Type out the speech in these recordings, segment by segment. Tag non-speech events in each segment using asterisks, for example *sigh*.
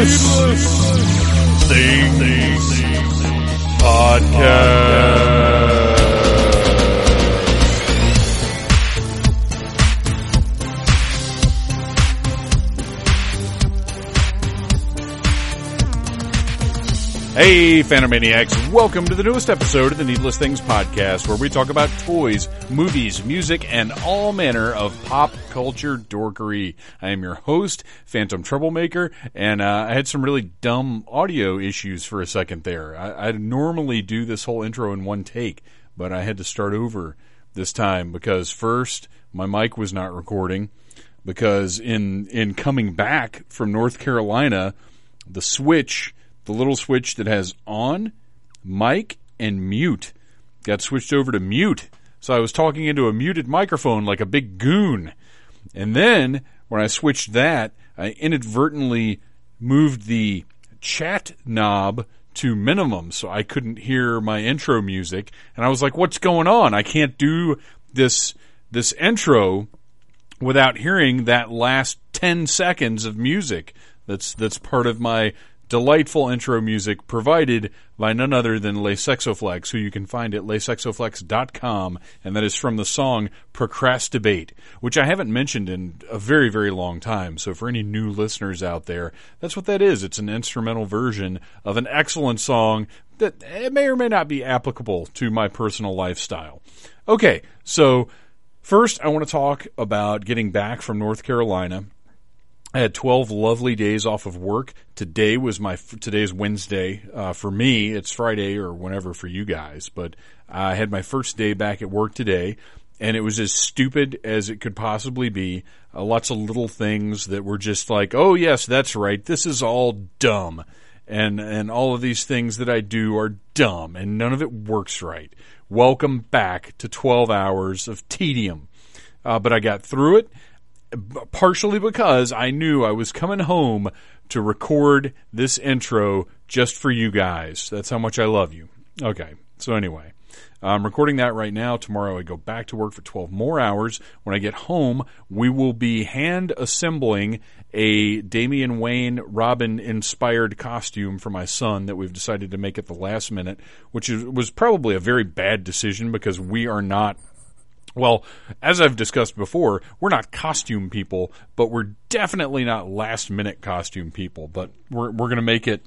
Needless, thing, podcast. Hey, Phantomaniacs, welcome to the newest episode of the Needless Things Podcast, where we talk about toys, movies, music, and all manner of pop culture dorkery. I am your host, Phantom Troublemaker, and uh, I had some really dumb audio issues for a second there. I, I normally do this whole intro in one take, but I had to start over this time because first, my mic was not recording, because in, in coming back from North Carolina, the switch, the little switch that has on, mic, and mute, got switched over to mute. So I was talking into a muted microphone like a big goon. And then when I switched that, I inadvertently moved the chat knob to minimum so I couldn't hear my intro music. And I was like, what's going on? I can't do this, this intro without hearing that last 10 seconds of music that's that's part of my delightful intro music provided by none other than Les Sexoflex, who you can find at lesexoflex.com, and that is from the song Procrastinate, which I haven't mentioned in a very, very long time. So for any new listeners out there, that's what that is. It's an instrumental version of an excellent song that it may or may not be applicable to my personal lifestyle. Okay, so First, I want to talk about getting back from North Carolina. I had 12 lovely days off of work. Today was my, today's Wednesday. Uh, for me, it's Friday or whenever for you guys, but I had my first day back at work today and it was as stupid as it could possibly be. Uh, lots of little things that were just like, oh yes, that's right. This is all dumb. And, and all of these things that I do are dumb and none of it works right. Welcome back to 12 hours of tedium. Uh, but I got through it partially because I knew I was coming home to record this intro just for you guys. That's how much I love you. Okay. So anyway, I'm recording that right now. Tomorrow I go back to work for 12 more hours. When I get home, we will be hand assembling a Damian Wayne Robin inspired costume for my son that we've decided to make at the last minute, which is, was probably a very bad decision because we are not well, as I've discussed before, we're not costume people, but we're definitely not last minute costume people. But we're we're gonna make it.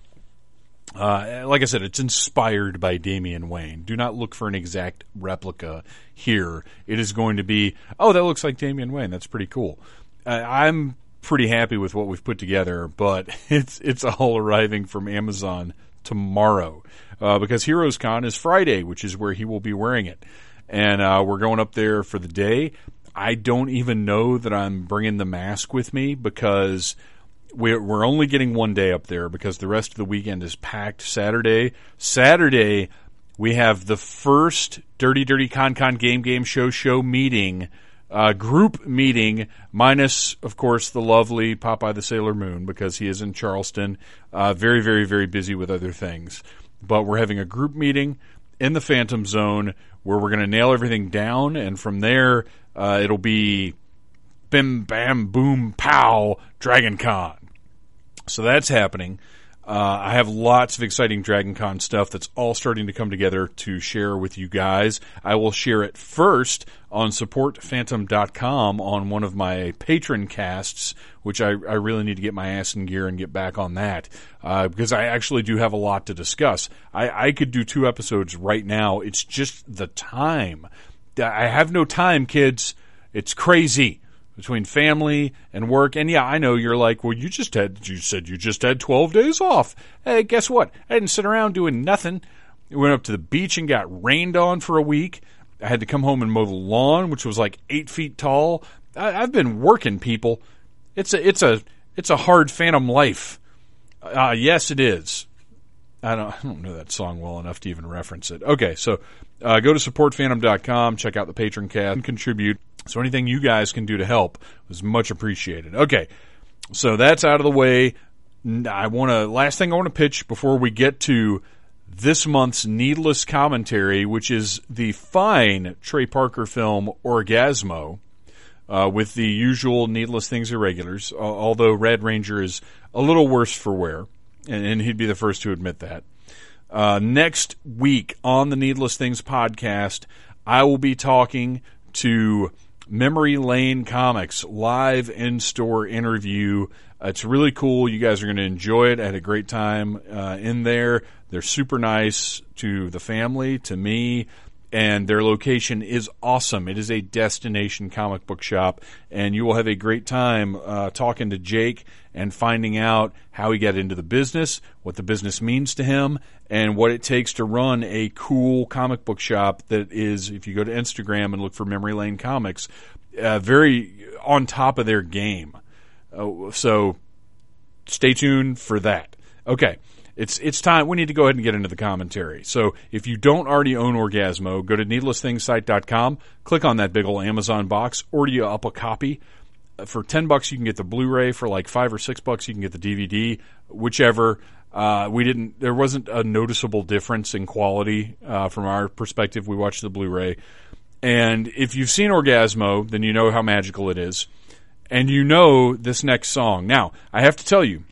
Uh, like I said, it's inspired by Damian Wayne. Do not look for an exact replica here. It is going to be, oh, that looks like Damian Wayne. That's pretty cool. Uh, I'm pretty happy with what we've put together, but *laughs* it's it's all arriving from Amazon tomorrow uh, because Heroes Con is Friday, which is where he will be wearing it and uh, we're going up there for the day. I don't even know that I'm bringing the mask with me because we're, we're only getting one day up there because the rest of the weekend is packed. Saturday, Saturday, we have the first Dirty Dirty Con Con Game Game Show Show meeting, uh, group meeting, minus of course the lovely Popeye the Sailor Moon because he is in Charleston, uh, very very very busy with other things. But we're having a group meeting in the Phantom Zone where we're going to nail everything down, and from there uh, it'll be bim bam boom pow Dragon Con. So that's happening. Uh, I have lots of exciting Dragon Con stuff that's all starting to come together to share with you guys. I will share it first on supportphantom.com on one of my patron casts, which I, I really need to get my ass in gear and get back on that uh, because I actually do have a lot to discuss. I, I could do two episodes right now. It's just the time. I have no time, kids. It's crazy between family and work. And yeah, I know you're like, well, you just had, you said you just had 12 days off. Hey, guess what? I didn't sit around doing nothing. I went up to the beach and got rained on for a week. I had to come home and mow the lawn, which was like eight feet tall. I, I've been working, people. It's a, it's a, it's a hard phantom life. Uh, yes, it is. I don't, I don't know that song well enough to even reference it. Okay, so uh, go to supportphantom.com, check out the patron cast, and contribute. So anything you guys can do to help is much appreciated. Okay, so that's out of the way. I want to last thing I want to pitch before we get to this month's needless commentary, which is the fine Trey Parker film Orgasmo. uh, with the usual needless things irregulars. al- Although Red Ranger is a little worse for wear, and, and he'd be the first to admit that. Uh, next week on the Needless Things podcast, I will be talking to Memory Lane Comics live in store interview. Uh, It's really cool. You guys are going to enjoy it. I had a great time uh, in there. They're super nice to the family, to me, and their location is awesome. It is a destination comic book shop, and you will have a great time uh, talking to Jake and finding out how he got into the business, what the business means to him, and what it takes to run a cool comic book shop that is, if you go to Instagram and look for Memory Lane Comics, uh, very on top of their game. Uh, so stay tuned for that. Okay. It's it's time we need to go ahead and get into the commentary. So if you don't already own Orgasmo, go to needlessthingssite.com, click on that big old Amazon box, order you up a copy. Uh, For ten bucks, you can get the Blu-ray. For like five or six bucks, you can get the DVD, whichever. Uh, we didn't. There wasn't a noticeable difference in quality uh, from our perspective. We watched the Blu-ray, and if you've seen Orgasmo, then you know how magical it is, and you know this next song. Now, I have to tell you,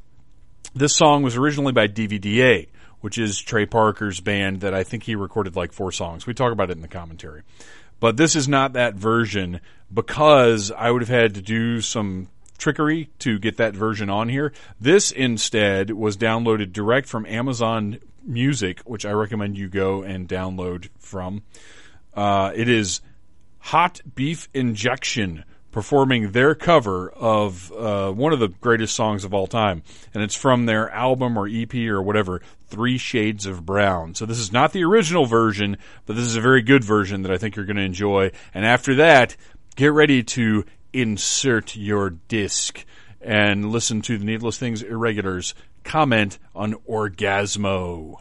this song was originally by DVDA, which is Trey Parker's band that I think he recorded like four songs. We talk about it in the commentary. But this is not that version because I would have had to do some trickery to get that version on here. This instead was downloaded direct from Amazon Music, which I recommend you go and download from. Uh, it is Hot Beef Injection performing their cover of uh, one of the greatest songs of all time. And it's from their album or EP or whatever, Three Shades of Brown. So this is not the original version, but this is a very good version that I think you're going to enjoy. And after that, get ready to insert your disc and listen to the Needless Things Irregulars comment on Orgasmo.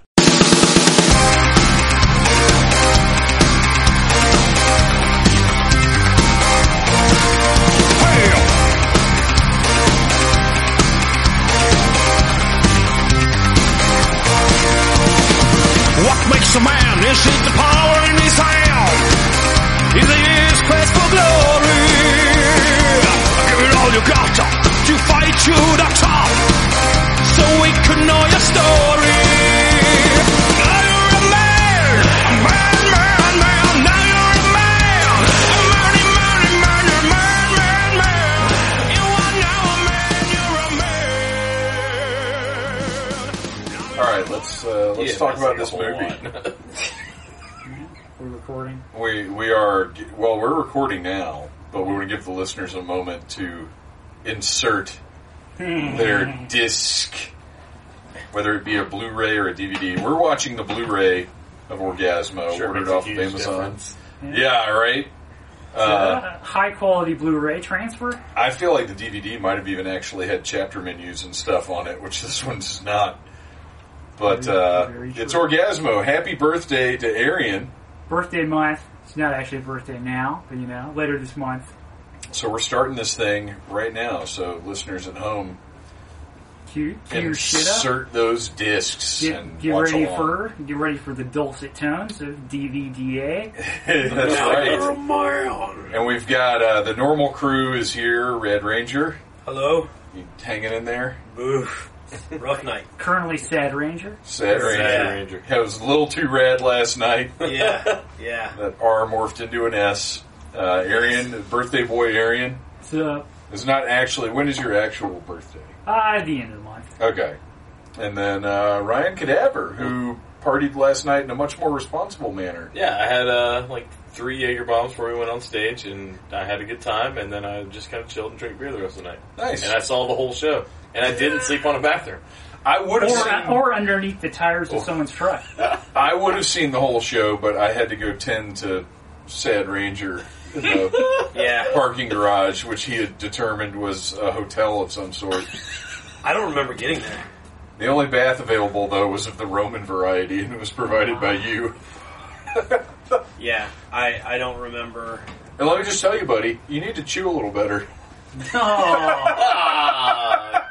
What makes a man? Is it the power in his hand? Is it his quest for glory? Give it all you got to fight to the top so we can know your story. Now you're a man, a man, man, man. Now you're a man, a man, man, man, a man, man, man. You are now a man, you're a man. All right, let's uh, let's Yeah, talk that's about like this a movie. whole *laughs* lot. We're recording. We we are well, we're recording now, but we want to give the listeners a moment to insert Hmm. their disc, whether it be a Blu-ray or a DVD. We're watching the Blu-ray of Orgasmo, Sure ordered makes a off of huge Amazon. difference. Yeah, right. Uh, High quality Blu-ray transfer. I feel like the DVD might have even actually had chapter menus and stuff on it, which this one's not. But Very- uh, very it's true. Orgasmo. Happy birthday to Arian. Birthday month. It's not actually a birthday now, but you know, later this month. So we're starting this thing right now. So listeners at home, Cue, cue your shit up. insert those discs Get, and get watch ready along. *laughs* for get ready for the dulcet tones of DVDA. That's You're a right. man. And we've got uh, the normal crew is here. Red Ranger, Hello? you hanging in there. Oof. Rough night. Currently, Sad Ranger. Sad Ranger. Ranger. I was a little too rad last night. *laughs* Yeah, yeah. that R morphed into an S. Uh, Arian, birthday boy Arian, So, is not actually. When is your actual birthday? uh, at the end of the month. Okay. And then uh, Ryan Cadaver, who partied last night in a much more responsible manner. Yeah, I had uh, like three Jaeger bombs before we went on stage, and I had a good time. And then I just kind of chilled and drank beer the rest of the night. Nice. And I saw the whole show, and I didn't sleep on a bathroom. I would have seen, Or, uh, or underneath the tires of someone's truck. I would have seen the whole show, but I had to go tend to Sad Ranger in the Yeah. parking garage, which he had determined was a hotel of some sort. I don't remember getting there. The only bath available though was of the Roman variety, and it was provided by you. Yeah, I, I don't remember. And let me just tell you, buddy, you need to chew a little better. Oh, Ah,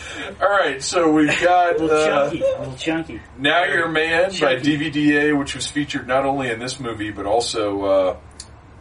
*laughs* gross. All right, so we've got a little uh, chunky, a little chunky. Now You're a Man by Chunky. DVDA, which was featured not only in this movie but also uh,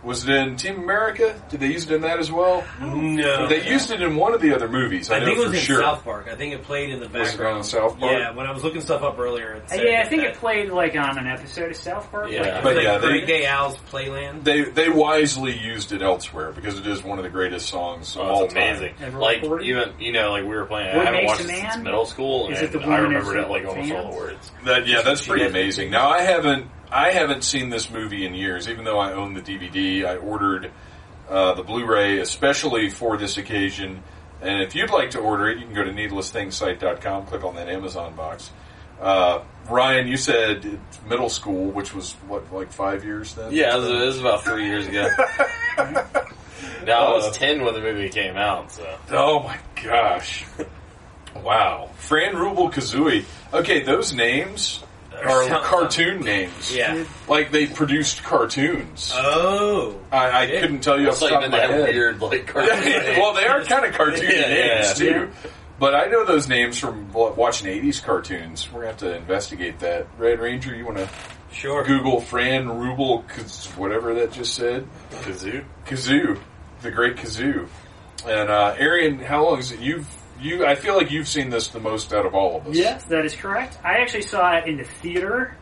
Was it in Team America? Did they use it in that as well? No. They used it in one of the other movies. I, Mm. I know think it was for in sure. South Park. I think it played in the it background. on South Park? Yeah, when I was looking stuff up earlier. It said yeah, I think that. it played like on an episode of South Park. Yeah. It was But like yeah, they- Great Day Owl's Playland. They they wisely used it elsewhere because it is one of the greatest songs of Oh, all it's amazing. time. Ever Like recorded? even you know, like we were playing. What I haven't makes watched a it since man? middle school, Is and it the I woman who's remembered it like like almost all fans? the words. time. That yeah, that's pretty Yeah. amazing. Now I haven't I haven't seen this movie in years, even though I own the DVD. I ordered uh, the Blu-ray especially for this occasion. And if you'd like to order it, you can go to needlessthingssite.com, click on that Amazon box. Uh, Ryan, you said it's middle school, which was what like five years then. Yeah, it was, it was about three years *laughs* ago. now I was ten when the movie came out, so Oh my gosh. Wow. Fran Rubel Kazooie. Okay, those names are Sound- cartoon names. Yeah. Like they produced cartoons. Oh. I, I couldn't tell you off it's the like top of been my that head. *laughs* weird *laughs* like cartoon. thing. well, they are kind of cartoony *laughs* Yeah, names yeah. too. But I know those names from wa- watching '80s cartoons. We're gonna have to investigate that. Red Ranger, you want to Sure. Google Fran Rubel, Kaz- whatever that just said, Kazoo. Kazoo, the Great Kazoo, and uh, Arian. How long is it? You've you. I feel like you've seen this the most out of all of us. Yes, that is correct. I actually saw it in the theater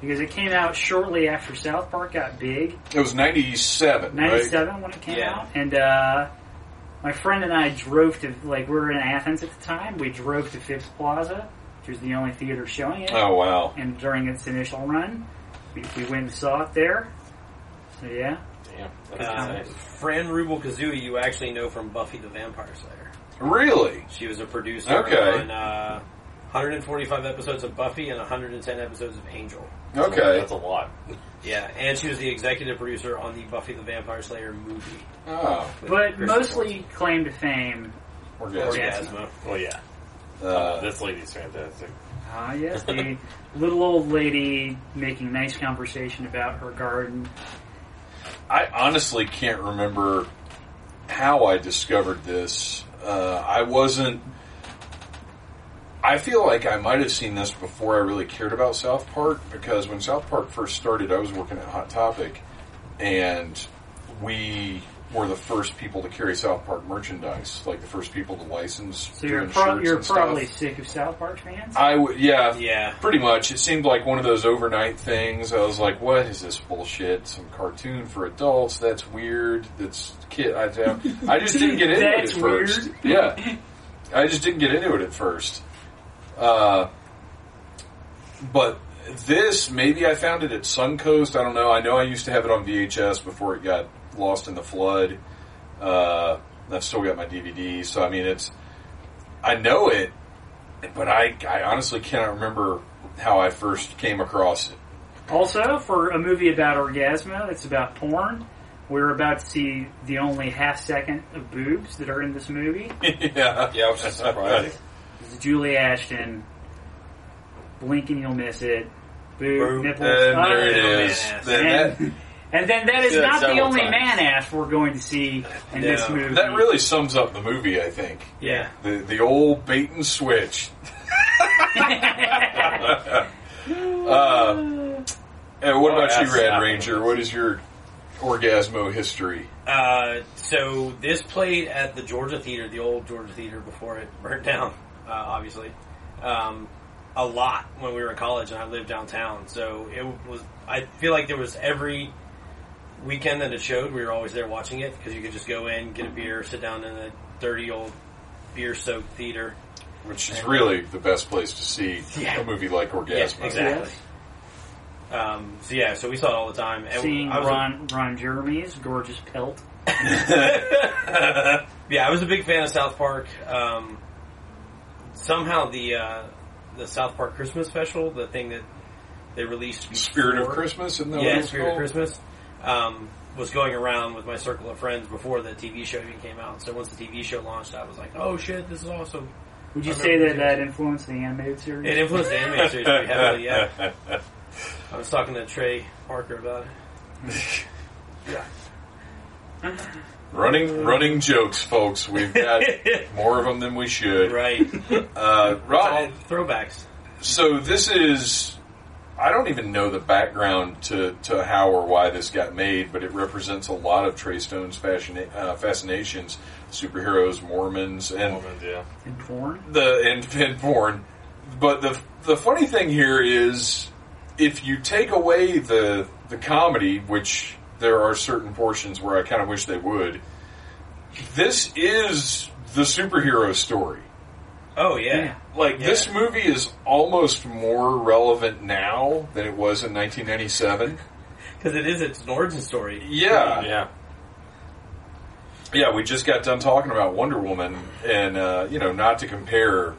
because it came out shortly after South Park got big, It was '97. Right? '97 when it came Yeah. out, and uh, my friend and I drove to like we were in Athens at the time. We drove to Phipps Plaza, which was the only theater showing it, Oh wow. and during its initial run, we, we went and saw it there. So yeah, Damn, that's Uh, insane. Fran Rubel Kazooie, you actually know from Buffy the Vampire Slayer. Really? She was a producer Okay. on uh, 145 episodes of Buffy and 110 episodes of Angel. Okay. that's a lot. Yeah, and she was the executive producer on the Buffy the Vampire Slayer movie. Oh, with but Kristen mostly claim to fame. we're Wiig. good. Orgasmo. Well, yeah, Uh, this lady's fantastic. Ah, yes, the *laughs* little old lady making nice conversation about her garden. I honestly can't remember how I discovered this. Uh, I wasn't. I feel like I might have seen this before I really cared about South Park because when South Park first started, I was working at Hot Topic, and we were the first people to carry South Park merchandise, like the first people to license. So you're doing pro- shirts you're and stuff. probably sick of South Park fans. I would, yeah, Yeah. pretty much. It seemed like one of those overnight things. I was like, "What is this bullshit? Some cartoon for adults? That's weird. That's kid." I, I just didn't get into it at That's first. weird. Yeah, I just didn't get into it at first. Uh, but this maybe I found it at Suncoast. I don't know. I know I used to have it on VHS before it got lost in the flood. Uh, I've still got my DVD, so I mean, it's I know it, but I I honestly cannot remember how I first came across it. *laughs* Also, for a movie about orgasmo, it's about porn. We're about to see the only half second of boobs that are in this movie. yeah, Yeah, I was just surprised. It's Julie Ashton. Blink and you'll miss it. Boob, Boom. nipples. And oh, there it yeah. is. man-ass. Then that, And, and then that is Yeah, not the several only times. man ass we're going to see in this No. movie. that really sums up the movie, I think. Yeah. The the old bait and switch. *laughs* uh, and what Oh, about you, that's Red not- Ranger? What is your orgasmo history? Uh, so this played at the Georgia Theater, the old Georgia Theater before it burnt down, *laughs* uh, obviously. Um, a lot when we were in college and I lived downtown. So it was, I feel like there was every weekend that it showed, we were always there watching it because you could just go in, get a beer, sit down in a dirty old beer soaked theater. Which is really the best place to see Yeah. a movie like Orgasmo. Yeah, exactly. Um, so yeah, so we saw it all the time. And Seeing I was a- Ron, Ron Jeremy's gorgeous pelt. Yeah, I was a big fan of South Park. Um, somehow the uh, the South Park Christmas special, the thing that they released, before, Spirit of Christmas, and yeah, Spirit of Christmas, um, was going around with my circle of friends before the TV show even came out. So once the TV show launched, I was like, "Oh shit, this is awesome!" Would you I say remember that the- that influenced the animated series? It influenced the anime series pretty *laughs* heavily. Yeah, I was talking to Trey Parker about it. Running, running jokes, folks. We've *laughs* got more of them than we should. Right, Uh, All Rob, throwbacks. so this is I don't even know the background to, to how or why this got made, but it represents a lot of Trey Stone's fascina- uh, fascinations, superheroes, Mormons, and Woman, yeah. in porn. the and, and porn. But the the funny thing here is, if you take away the the comedy, which there are certain portions where I kind of wish they would, this is the superhero story. Oh yeah. Like this movie is almost more relevant now than it was in 1997. Because it is its an origin story. Yeah, Yeah. Yeah, we just got done talking about Wonder Woman, and uh, you know, not to compare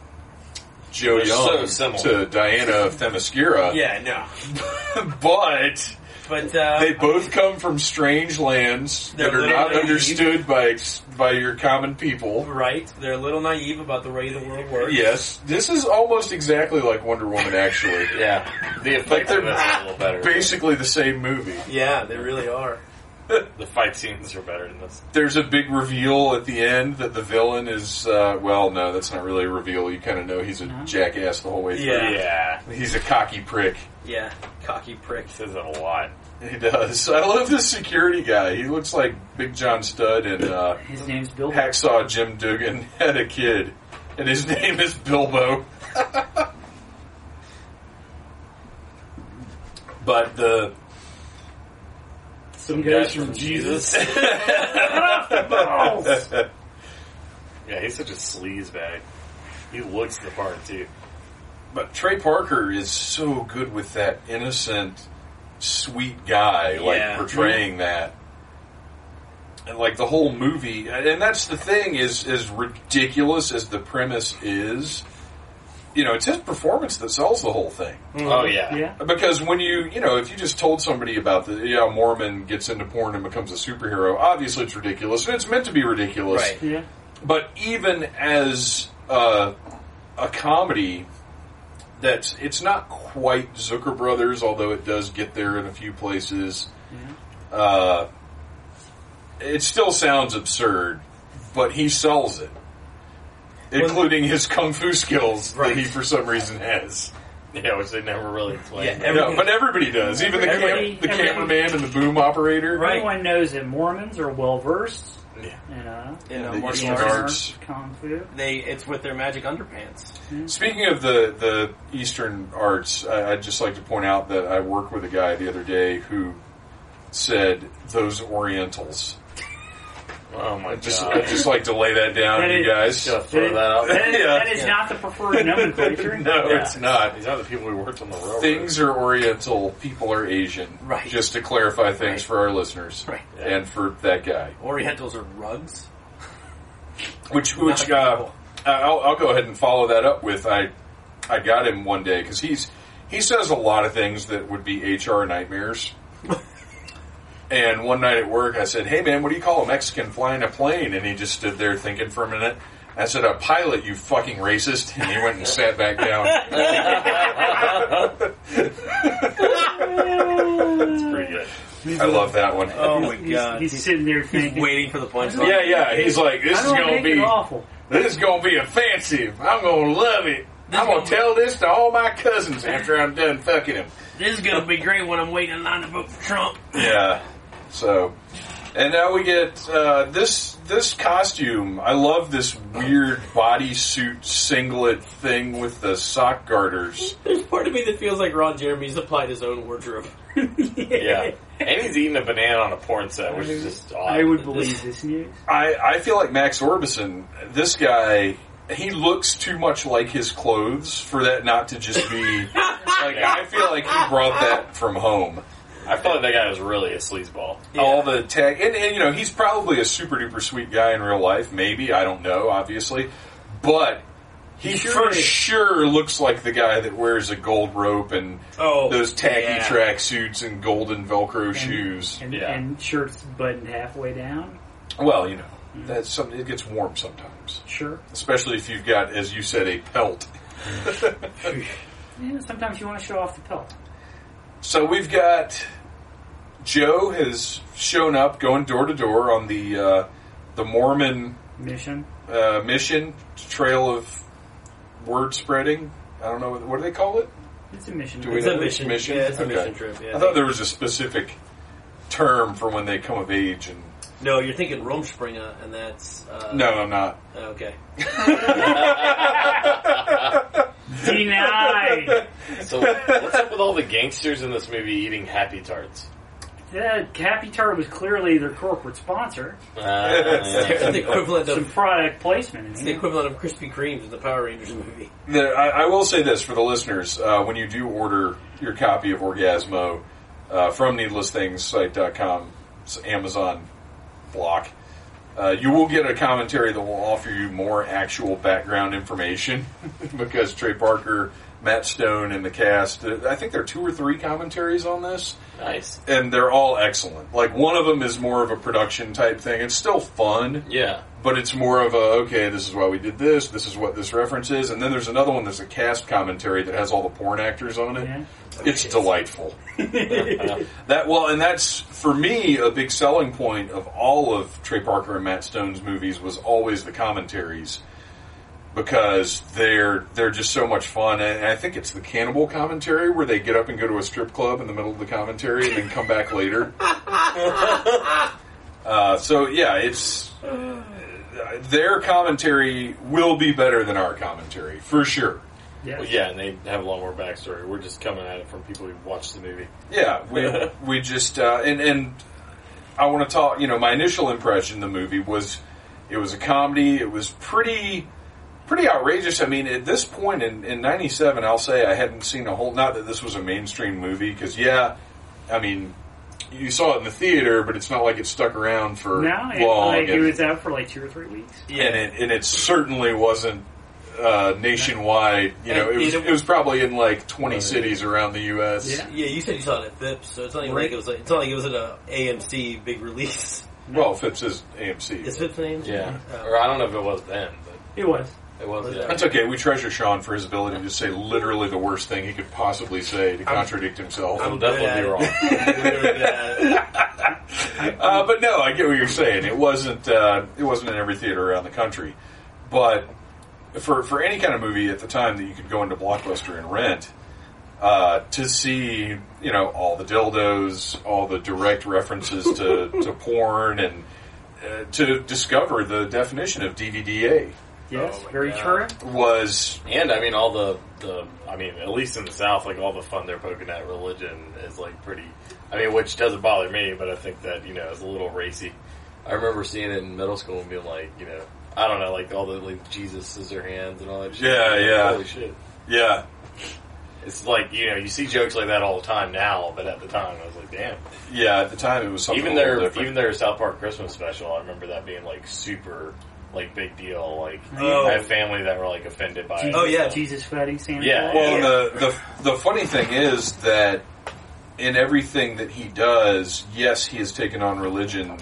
Joe They're so Young similar. to Diana of Themyscira. Yeah, no. *laughs* but But uh, they both come from strange lands They're that are not literally- understood by by your common people. right. They're a little naive about the way the world works. Yes, this is almost exactly like Wonder Woman. Actually, Yeah. The like effect they're of it's a little better. basically the same movie. Yeah, they really are. The fight scenes are better than this. There's a big reveal at the end that the villain is. Uh, well, no, that's not really a reveal. You kind of know he's a jackass the whole way through. Yeah. Yeah. He's a cocky prick. Yeah, cocky prick. He says it a lot. He does. *laughs* I love this security guy. He looks like Big John Studd and uh, His name's Bill. Hacksaw Jim Dugan *laughs* had a kid, and his *laughs* name is Bilbo. but the Some Guys guys from Jesus. *laughs* *laughs* Yeah, he's such a sleaze bag. He looks the part too. but Trey Parker is so good with that innocent, sweet guy, like Yeah. portraying that. And like the whole movie, and that's the thing is as ridiculous as the premise is, you know, it's his performance that sells the whole thing. Oh yeah. Yeah. Because when you, you know, if you just told somebody about the, yeah, Mormon gets into porn and becomes a superhero, obviously it's ridiculous, and it's meant to be ridiculous. Right. Yeah. But even as uh, a comedy, that's it's not quite Zucker Brothers, although it does get there in a few places. Uh, it still sounds absurd, but he sells it, including his kung fu skills that he, for some reason, has. *laughs* Yeah, which they never really explained. Yeah, No, everything. but everybody does. Even the, Everybody- cam- the everybody- cameraman and the boom operator. Right. Everyone knows that Mormons are well versed. Yeah. You know, you know, They just martial martial arts. arts. arts, kung fu. They it's with their magic underpants. Speaking of the, the Eastern arts, I, I'd just like to point out that I worked with a guy the other day who said those Orientals. Oh my Just god. I'd just like to lay that down, That you is- guys. Just throw that out. That is, Yeah. that is not the preferred *laughs* nomenclature. no, Yeah. it's not. These are the people who worked on the railroad. Things are Oriental, people are Asian. Right. Just to clarify things for our listeners Right. and for that guy. Orientals are rugs. Which which uh, I'll, I'll go ahead and follow that up with I I got him one day because he's he says a lot of things that would be HR nightmares. and one night at work, I said, "Hey man, what do you call a Mexican flying a plane?" And he just stood there thinking for a minute. I said, "A pilot, you fucking racist!" And he went and sat back down. It's pretty good. I love that one. Oh my He's, god. he's He's sitting there *laughs* thinking, waiting for the punchline. Yeah, yeah. He's like, "This I is don't gonna make it be awful. this is gonna be offensive. I'm gonna love it. I'm gonna tell this to all my cousins after I'm done fucking them." This is gonna be great when I'm waiting in line to vote for Trump. Yeah. So, and now we get uh, this this costume. I love this weird bodysuit singlet thing with the sock garters. There's part of me that feels like Ron Jeremy's applied his own wardrobe. Yeah. and he's eating a banana on a porn set, which is just odd. I would believe this news. I I feel like Max Orbison. This guy. He looks too much like his clothes for that not to just be like. I feel like he brought that from home. I feel like that guy was really a sleazeball. Oh, all the tech, and, and you know he's probably a super duper sweet guy in real life. Maybe I don't know, obviously, but he sure for is. sure looks like the guy that wears a gold rope and Oh, those tacky yeah. track suits and golden Velcro shoes. and, Yeah. and shirts buttoned halfway down. well, you know that's something. It gets warm sometimes, Sure. especially if you've got, as you said, a pelt. Yeah, sometimes you want to show off the pelt. So we've got Joe has shown up, going door to door on the uh, the Mormon Mission. uh, mission trail of word spreading. I don't know what do they call it. It's a mission. Do we It's know a which mission. mission? Yeah, it's a Okay. mission trip. Yeah. I thought there was a specific term for when they come of age, and No, you're thinking Rumspringa, and that's uh, no, I'm not. *laughs* Okay, Denied. So what's up with all the gangsters in this movie eating Happy Tarts? yeah, Capitar was clearly their corporate sponsor. it's the Uh, equivalent Some of product placement. I it's the mean. equivalent of Krispy Kremes in the Power Rangers movie. There, I, I will say this for the listeners: uh, when you do order your copy of Orgasmo uh, from needlessthingssite.com, it's Amazon block, uh, you will get a commentary that will offer you more actual background information *laughs* because Trey Parker, Matt Stone, and the cast—I think there are two or three commentaries on this nice. and they're all excellent. Like one of them is more of a production type thing. It's still fun, Yeah. but it's more of a okay, this is why we did this, this is what this reference is, and then there's another one that's a cast commentary that has all the porn actors on it. Yeah. It's delightful. *laughs* that well, and that's for me a big selling point of all of Trey Parker and Matt Stone's movies was always the commentaries because they're they're just so much fun. And I think it's the cannibal commentary where they get up and go to a strip club in the middle of the commentary and then come back later. uh, so yeah, it's their commentary will be better than our commentary for sure. Yeah. Well, yeah, and they have a lot more backstory. We're just coming at it from people who watched the movie. Yeah, we *laughs* we just uh, and and I want to talk. You know, my initial impression of the movie was it was a comedy. It was pretty pretty outrageous. I mean, at this point in in '97, I'll say I hadn't seen a whole. Not that this was a mainstream movie, because yeah, I mean. You saw it in the theater, but it's not like it stuck around for No, it, long. like, it and- was out for like two or three weeks. and it, and it certainly wasn't uh, nationwide. You know, it was, it was probably in like 20 cities around the U.S. Yeah. Yeah, you said you saw it at Phipps, so it's not even like it was. Like, it's not like it was at a AMC big release. *laughs* Well, Phipps is AMC. Is Phipps named? Yeah. Oh. Or I don't know if it was then, but It was. it was, yeah. That's okay. We treasure Sean for his ability to say literally the worst thing he could possibly say to contradict himself. It'll definitely *laughs* be wrong. Uh, but no, I get what you're saying. It wasn't uh, it wasn't in every theater around the country, but for for any kind of movie at the time that you could go into Blockbuster and rent uh, to see, you know, all the dildos, all the direct references to, to porn, and uh, to discover the definition of DVDA Yes, Oh my very God. true. was And I mean, all the the I mean, at least in the South, like all the fun they're poking at religion is like pretty. I mean, which doesn't bother me, but I think that you know it's a little racy. I remember seeing it in middle school and being like, you know, I don't know, like all the like Jesus scissor hands and all that. shit. Yeah, Like, yeah. Holy shit! yeah It's like you know you see jokes like that all the time now, but at the time I was like, damn. yeah at the time it was something even a little their different. even their South Park Christmas special, I remember that being like super like big deal. Like Oh. I have family that were like offended by. it. Oh, yeah. Jesus fighting Santa Yeah. Claus. Well, uh, the, the the funny thing is that in everything that he does, yes, he has taken on religion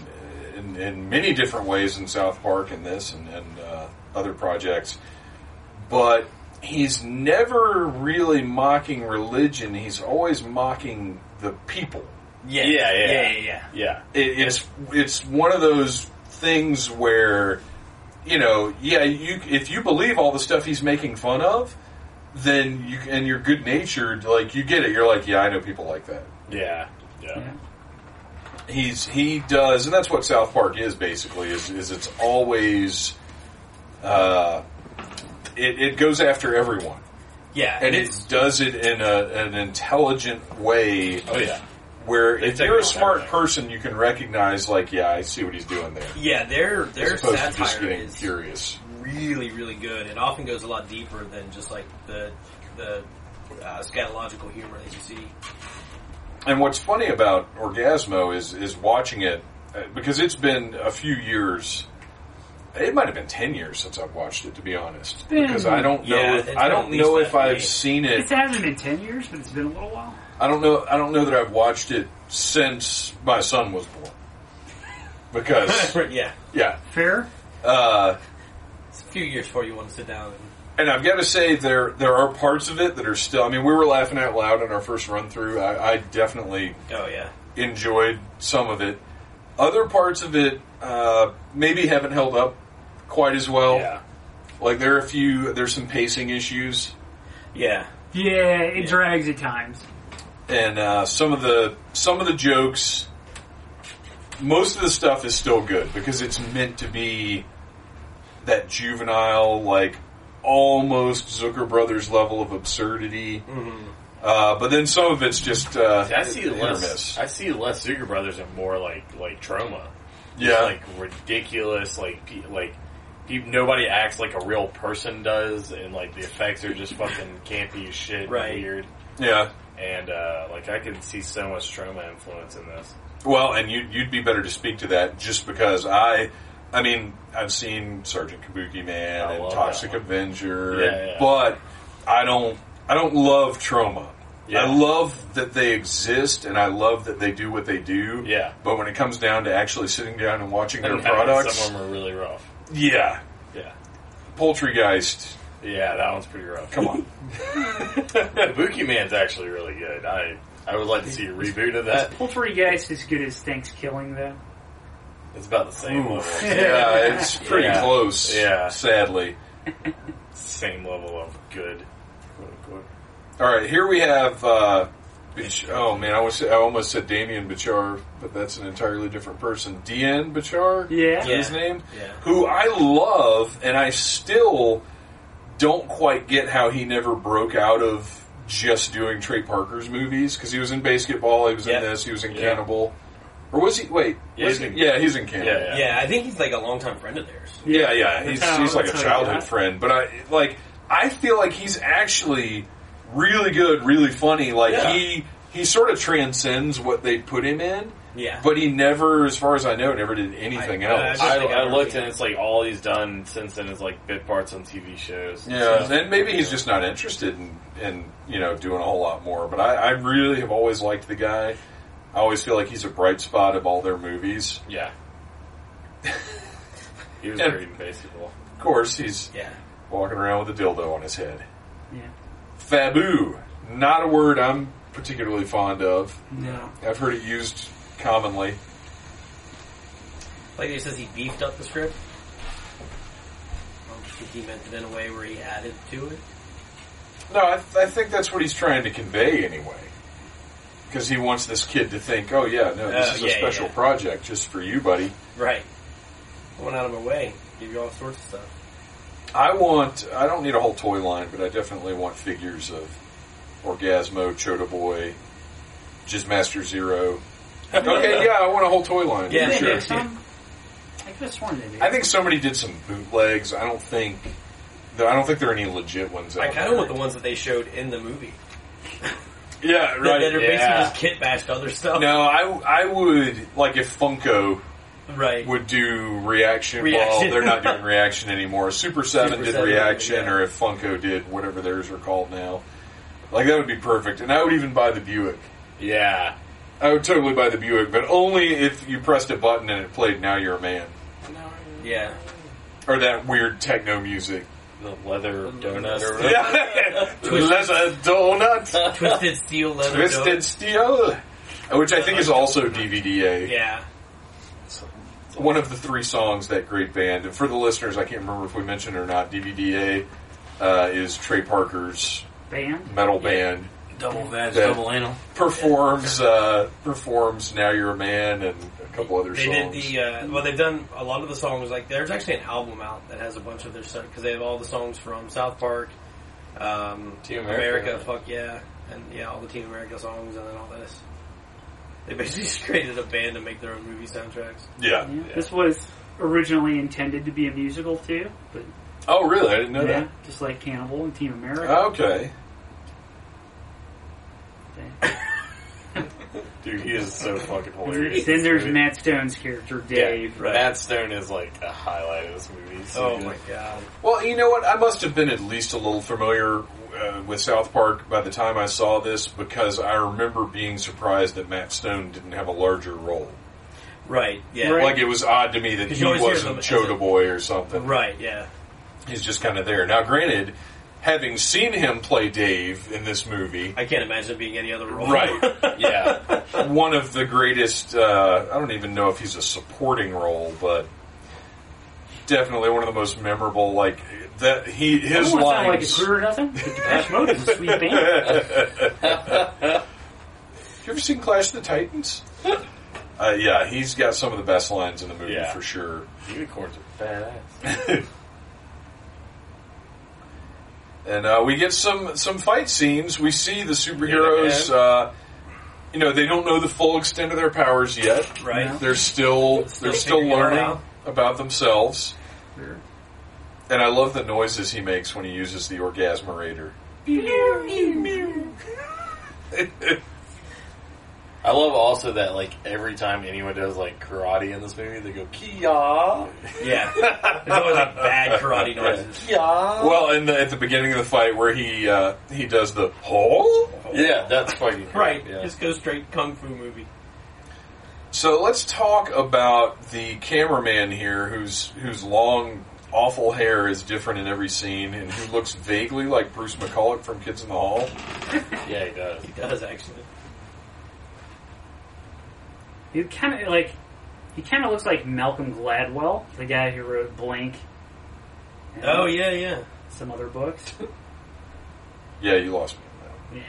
in, in many different ways in South Park and this and, and uh, other projects, but he's never really mocking religion. He's always mocking the people. Yeah, Yeah, yeah. yeah, yeah, yeah. yeah. It, it's it's one of those things where you know, yeah, you if you believe all the stuff he's making fun of, then you and you're good natured, like you get it. You're like, yeah, I know people like that. Yeah. Yeah. Yeah. He's he does, and that's what South Park is basically. Is is it's always, uh, it, it goes after everyone, Yeah, and it does it in a, an intelligent way. Oh yeah. Where They if take you're a it on smart everything. person, you can recognize, like, yeah, I see what he's doing there, yeah. Their as their opposed to just satire getting is curious. really really good. It often goes a lot deeper than just like the the uh, scatological humor that you see. And what's funny about Orgasmo is is watching it uh, because it's been a few years. It might have been ten years since I've watched it, to be honest. been- Because I don't know. Yeah, if, it's I been don't at least know that if for I've me. seen It it. hasn't been ten years, but it's been a little while. I don't know. I don't know that I've watched it since my son was born. *laughs* Because yeah, yeah, Fair. uh, it's a few years before you want to sit down. And, and I've got to say there there are parts of it that are still. I mean, we were laughing out loud in our first run through. I, I definitely oh yeah, enjoyed some of it. Other parts of it uh, maybe haven't held up quite as well. Yeah. Like there are a few, there's some pacing issues yeah. Yeah, it drags at times. and uh, some of the some of the jokes. Most of the stuff is still good because it's meant to be that juvenile, like almost Zucker Brothers level of absurdity. Uh, but then some of it's just uh, I Mm-hmm. see hit or miss. less. I see less Zucker Brothers and more like like trauma. yeah, like ridiculous, like pe- like pe- nobody acts like a real person does, and like the effects are just fucking campy as shit, and Right. weird, yeah. and uh, like I can see so much trauma influence in this. Well, and you, you'd be better to speak to that just because I, I mean, I've seen Sergeant Kabuki Man I and love Toxic that one. Avenger, Yeah, and- yeah. but I don't, I don't love trauma. Yeah. I love that they exist and I love that they do what they do. Yeah. But when it comes down to actually sitting down and watching their And products, some of them are really rough. yeah, Yeah, Poultrygeist, yeah, that one's pretty rough. come *laughs* on. Kabuki Man's actually really good. I I would like to see a reboot of that. Poltergeist is good as Thanksgiving, though. It's about the same level, yeah, it's *laughs* pretty Yeah. close. Yeah. Sadly. same level of good. Quote unquote. All right, here we have. Uh, Bich- oh man, I almost, I almost said Damien Bichar, but that's an entirely different person. DN Bichar, Yeah. is his Yeah. name, Yeah. who I love, and I still don't quite get how he never broke out of just doing Trey Parker's movies because he was in Basketball, he was Yeah. in this, he was in Yeah. Cannibal, or was he? Wait, Yeah, was he's he- in- yeah, he's in Cannibal. Yeah. Yeah, I think he's like a longtime friend of theirs. Yeah, yeah, he's, how- he's like a that's how I childhood got. friend, but I like I feel like he's actually really good, really funny. Like Yeah. he he sort of transcends what they put him in, Yeah. but he never, as far as I know, never did anything I- else. I I, uh, think I I've looked seen and it's like all he's done since then is like bit parts on TV shows. and yeah, stuff. and maybe he's just not interested in in you know doing a whole lot more. But I, I really have always liked the guy. I always feel like he's a bright spot of all their movies. *laughs* yeah. he was Yeah. great in basketball. Of course, he's Yeah. walking around with a dildo on his head. Yeah. Fabu, not a word I'm particularly fond of. No. I've heard it used commonly. Like he says, he beefed up the script. I don't think he meant it in a way where he added to it. No, I, I think that's what he's trying to convey anyway. Because he wants this kid to think, oh yeah, no, this Oh, is a yeah, special yeah. project just for you, buddy. Right. I went out of my way. Give you all sorts of stuff. I want, I don't need a whole toy line, but I definitely want figures of Orgasmo, Chota Boy, Jizzmaster Zero. Okay, yeah, I want a whole toy line. Yeah, Did for they sure. make some? I could have sworn they did. I think somebody did some bootlegs. I don't think, I don't think there are any legit ones out I kind there. of want the ones that they showed in the movie. *laughs* Yeah, That- right. that are basically yeah. just kit bashed other stuff. No, I, I would like if Funko Right. would do reaction. Well, Reaction. they're not doing reaction anymore. Super Seven Super did 7, reaction, yeah. or if Funko did whatever theirs are called now. Like that would be perfect, and I would even buy the Buick. Yeah. I would totally buy the Buick, but only if you pressed a button and it played "Now You're a Man" *laughs* Yeah. or that weird techno music. The leather donut or whatever. Yeah, Leather donut, Twisted steel leather. *laughs* twisted dope. steel, which I think is also DVDA. Yeah. one of the three songs that great band. And for the listeners, I can't remember if we mentioned it or not. DVDA uh, is Trey Parker's Band? metal band Double vag, Yeah. double anal. performs uh, performs "Now You're a Man" and a couple other They did songs. the, uh, well, they've done a lot of the songs. Like, there's actually an album out that has a bunch of their stuff because they have all the songs from South Park, um, Team America, America. fuck yeah, and yeah, all the Team America songs and then all this. They basically *laughs* just created a band to make their own movie soundtracks. yeah. Yeah. This was originally intended to be a musical, too, but Oh, really? I didn't know Oh, yeah, just like Cannibal and Team that. America. Okay. Dude, he is so fucking hilarious. then there's Dude. Matt Stone's character, Yeah, Dave. Matt Stone is like a highlight of this movie. He's so *laughs* Oh good. my god. Well, you know what? I must have been at least a little familiar uh, with South Park by the time I saw this because I remember being surprised that Matt Stone didn't have a larger role. Right, yeah. Right. Like it was odd to me that Because he you always hear wasn't them as Chota a- Boy or something. Right, yeah. he's just kind of there. Now, granted, having seen him play Dave in this movie, I can't imagine it being any other role. *laughs* Right. Yeah. one of the greatest, uh, I don't even know if he's a supporting role, but definitely one of the most memorable. Like that, he I his don't want to sound like a lines. crew or nothing. but Depeche Mode is a sweet band. Have you ever seen Clash of the Titans? uh, yeah, he's got some of the best lines in the movie Yeah. for sure. Unicorns are badass. And uh, we get some some fight scenes. We see the superheroes. Yeah. Uh, you know, they don't know the full extent of their powers yet. *laughs* Right. No. They're still they're still figuring it all learning out. about themselves. And I love the noises he makes when he uses the orgasmerator. I love also that like every time anyone does like karate in this movie, they go kia Yeah. There's always like bad karate noises. kia. Well, and the, at the beginning of the fight where he uh, he does the hole. yeah, that's fucking great, Right. Yeah. Just go straight kung fu movie. So let's talk about the cameraman here, whose whose long, awful hair is different in every scene, and who looks vaguely like Bruce McCulloch from Kids in the Hall. yeah, he does. He does actually. He kind of like he kind of looks like Malcolm Gladwell, the guy who wrote Blink. and Oh yeah, yeah. some other books. *laughs* Yeah, you lost me. on that. Yeah.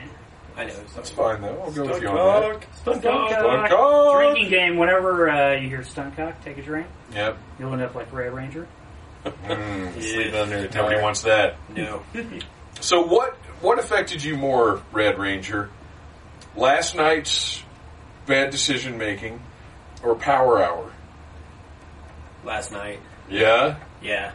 I know. it's That's not- fine though. I'll go with you on that. Dog. Stunt Cock. Stunt cock. Drinking game. Whenever uh, you hear stunt cock, take a drink. Yep. You'll end up like Red Ranger. Sleep under *laughs* a Nobody tire. wants that. No. So what what affected you more, Red Ranger? Last night's bad decision making, or Power Hour? Last night. Yeah. Yeah.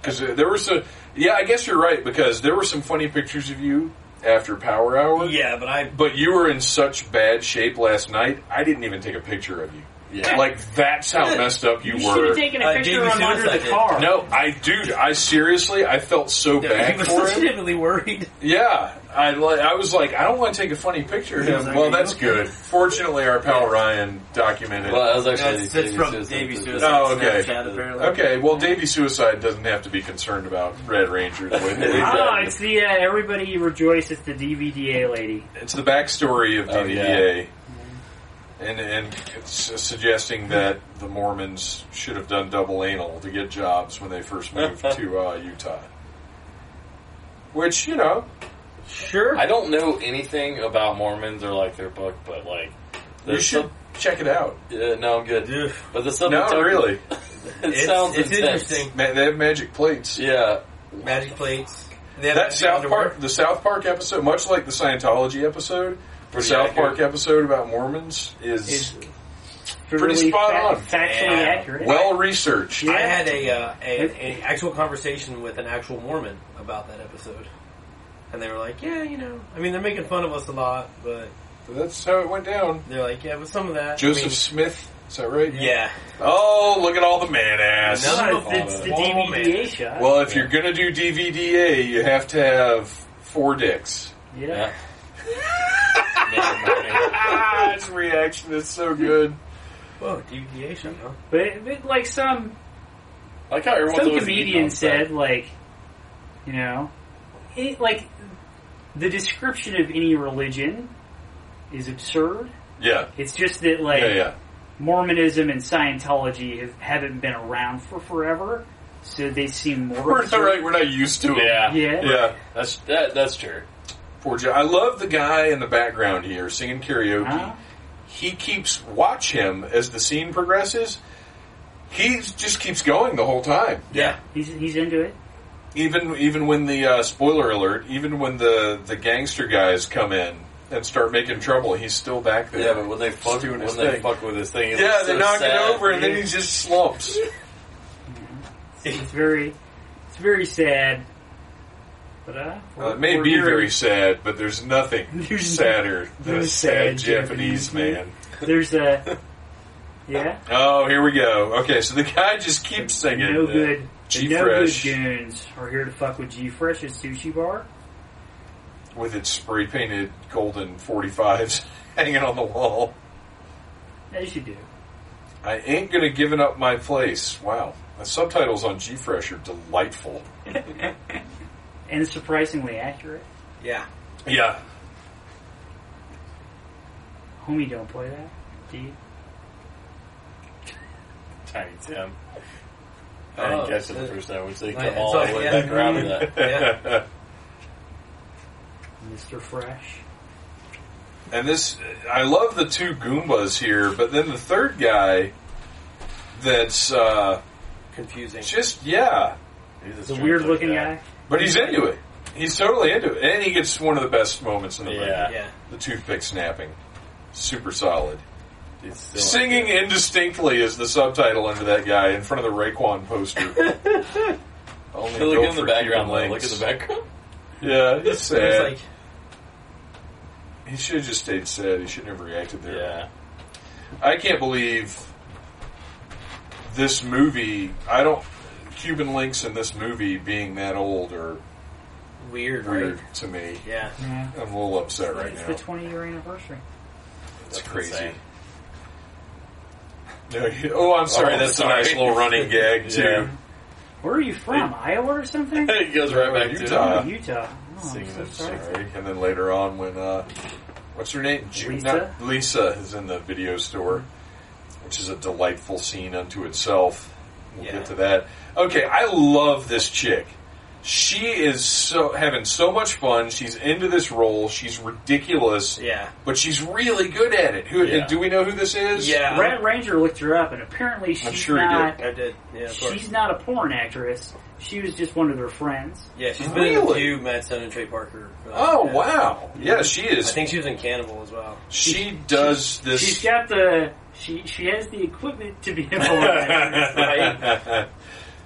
Because there were some, yeah, I guess you're right. Because there were some funny pictures of you after Power Hour. Yeah, but I But you were in such bad shape last night. I didn't even take a picture of you. Yeah. Like that's how messed up you, You should were. have taken Uh, a picture Jamie on under Suicide the did. car. no, I dude, I seriously, I felt so he bad was for him. legitimately worried. Yeah, I li- I was like, I don't want to take a funny picture of him. like, Well, "Are you that's okay?" good. Fortunately, our pal Ryan documented. Well, that was actually That's, that's from Davey Suicide Oh, okay. Snapchat, apparently. Okay, well, Davy Suicide doesn't have to be concerned about Red Ranger. the way *laughs* that we've Ah, done. it's the uh, everybody rejoices the DVDA lady. It's the backstory of Oh, DVDA, and and it's uh, suggesting that the Mormons should have done double anal to get jobs when they first moved *laughs* to uh, Utah. Which you know, Sure. I don't know anything about Mormons or like their book, but like you there's should check it out. some- yeah, no, I'm good. Ugh. But the No, subtitle really, It It's, sounds it's intense. interesting. Man, they have magic plates. Yeah, Magic plates. They have That South underwear. Park, the South Park episode, much like the Scientology episode, the Pretty South accurate. Park episode about Mormons is It's- Pretty spot on. Factually Yeah. accurate. well researched. I had a, uh, a an actual conversation with an actual Mormon about that episode, and they were like, "Yeah, you know, I mean, they're making fun of us a lot, but That's how it went down. they're like, yeah, but some of that, I Joseph mean, Smith, is that *laughs* right? yeah, Oh, look at all the man ass. No. No, it's, it's the Oh, DVDA man. shot. Well, if you're gonna do DVDA, you have to have four dicks. yeah. *laughs* yeah. Man, Ah, his reaction is so good. whoa, DVDA show, huh? But, but like some like how everyone's some always eating on comedian set. said, like, you know, it, like the description of any religion is absurd. Yeah, It's just that like yeah, yeah. Mormonism and Scientology have, haven't been around for forever, so they seem more *laughs* We're not absurd. *laughs* right. We're not used to it. Yeah, Yeah. yeah. That's that, that's true. Poor Joe. I love the guy in the background here singing karaoke. Huh? He keeps watch him as the scene progresses. He just keeps going the whole time. Yeah, He's he's into it. Even even when the uh, spoiler alert, even when the the gangster guys come in and start making trouble, he's still back there. Yeah, but when they fuck doing when his they thing. fuck with this thing, it's Yeah, so they knock sad. it over and then he just *laughs* slumps. It's very it's very sad. But uh, Uh, we're- it may we're be hearing- very sad, but there's nothing *laughs* There's- sadder than a there's sad sad Japanese, Japanese man. *laughs* There's a yeah. Oh, here we go. Okay, so the guy just keeps singing. uh, No good, G no Fresh good goons are here to fuck with G Fresh at sushi bar. with its spray painted golden 45s *laughs* hanging on the wall. As you do. I ain't gonna giving up my place. Wow. The subtitles on G-Fresh are delightful. And surprisingly accurate. yeah. Yeah. Homie, don't play that. Do you? Tiny Tim. I didn't Oh, catch it the uh, first time, which they yeah, come it's all the like, way yeah. back around to *laughs* that. Mr. Fresh. And this, I love the two Goombas here, but then the third guy, that's uh, Confusing. just yeah, He's a The strange weird looking looking guy. but he's into it. He's totally into it, and he gets one of the best moments in the Yeah. movie: Yeah. the toothpick snapping, super solid. He's still- Singing indistinctly is the subtitle under that guy in front of the Raekwon poster. *laughs* Only Hey, go Look in the for background, Cuban though. Look in links. the background. Yeah, he's It's sad. like he should have just stayed sad. He should not have reacted there. Yeah. I can't believe this movie. I don't Cuban links in this movie being that old are weird, weird right? to me. Yeah. Yeah. I'm a little upset right it's now. the 20 year anniversary. It's That's crazy. insane. No, you- Oh, I'm sorry. Oh, That's sorry. a nice little running gag *laughs* too. Yeah. Where are you from? Iowa or something? he goes right back Utah. to uh, Oh, Utah. Oh, I'm Singing so that sorry. Sorry. And then later on, when uh, what's her name? Ju- Lisa? not- Lisa is in the video store, which is a delightful scene unto itself. We'll Yeah. get to that. Okay, I love this chick. She is so having so much fun. She's into this role. She's ridiculous, Yeah. but she's really good at it. Who Yeah. do we know who this is? Yeah. Red Ranger looked her up, and apparently she's sure he not. I did. Yeah, of course. She's not a porn actress. She was just one of their friends. yeah, she's been in a Really? few Matt Stone and Trey Parker. films. Oh Yeah. wow! Yeah, she I is. think she was in Cannibal as well. She does this. *laughs* She's got the she she has the equipment to be a porn actress.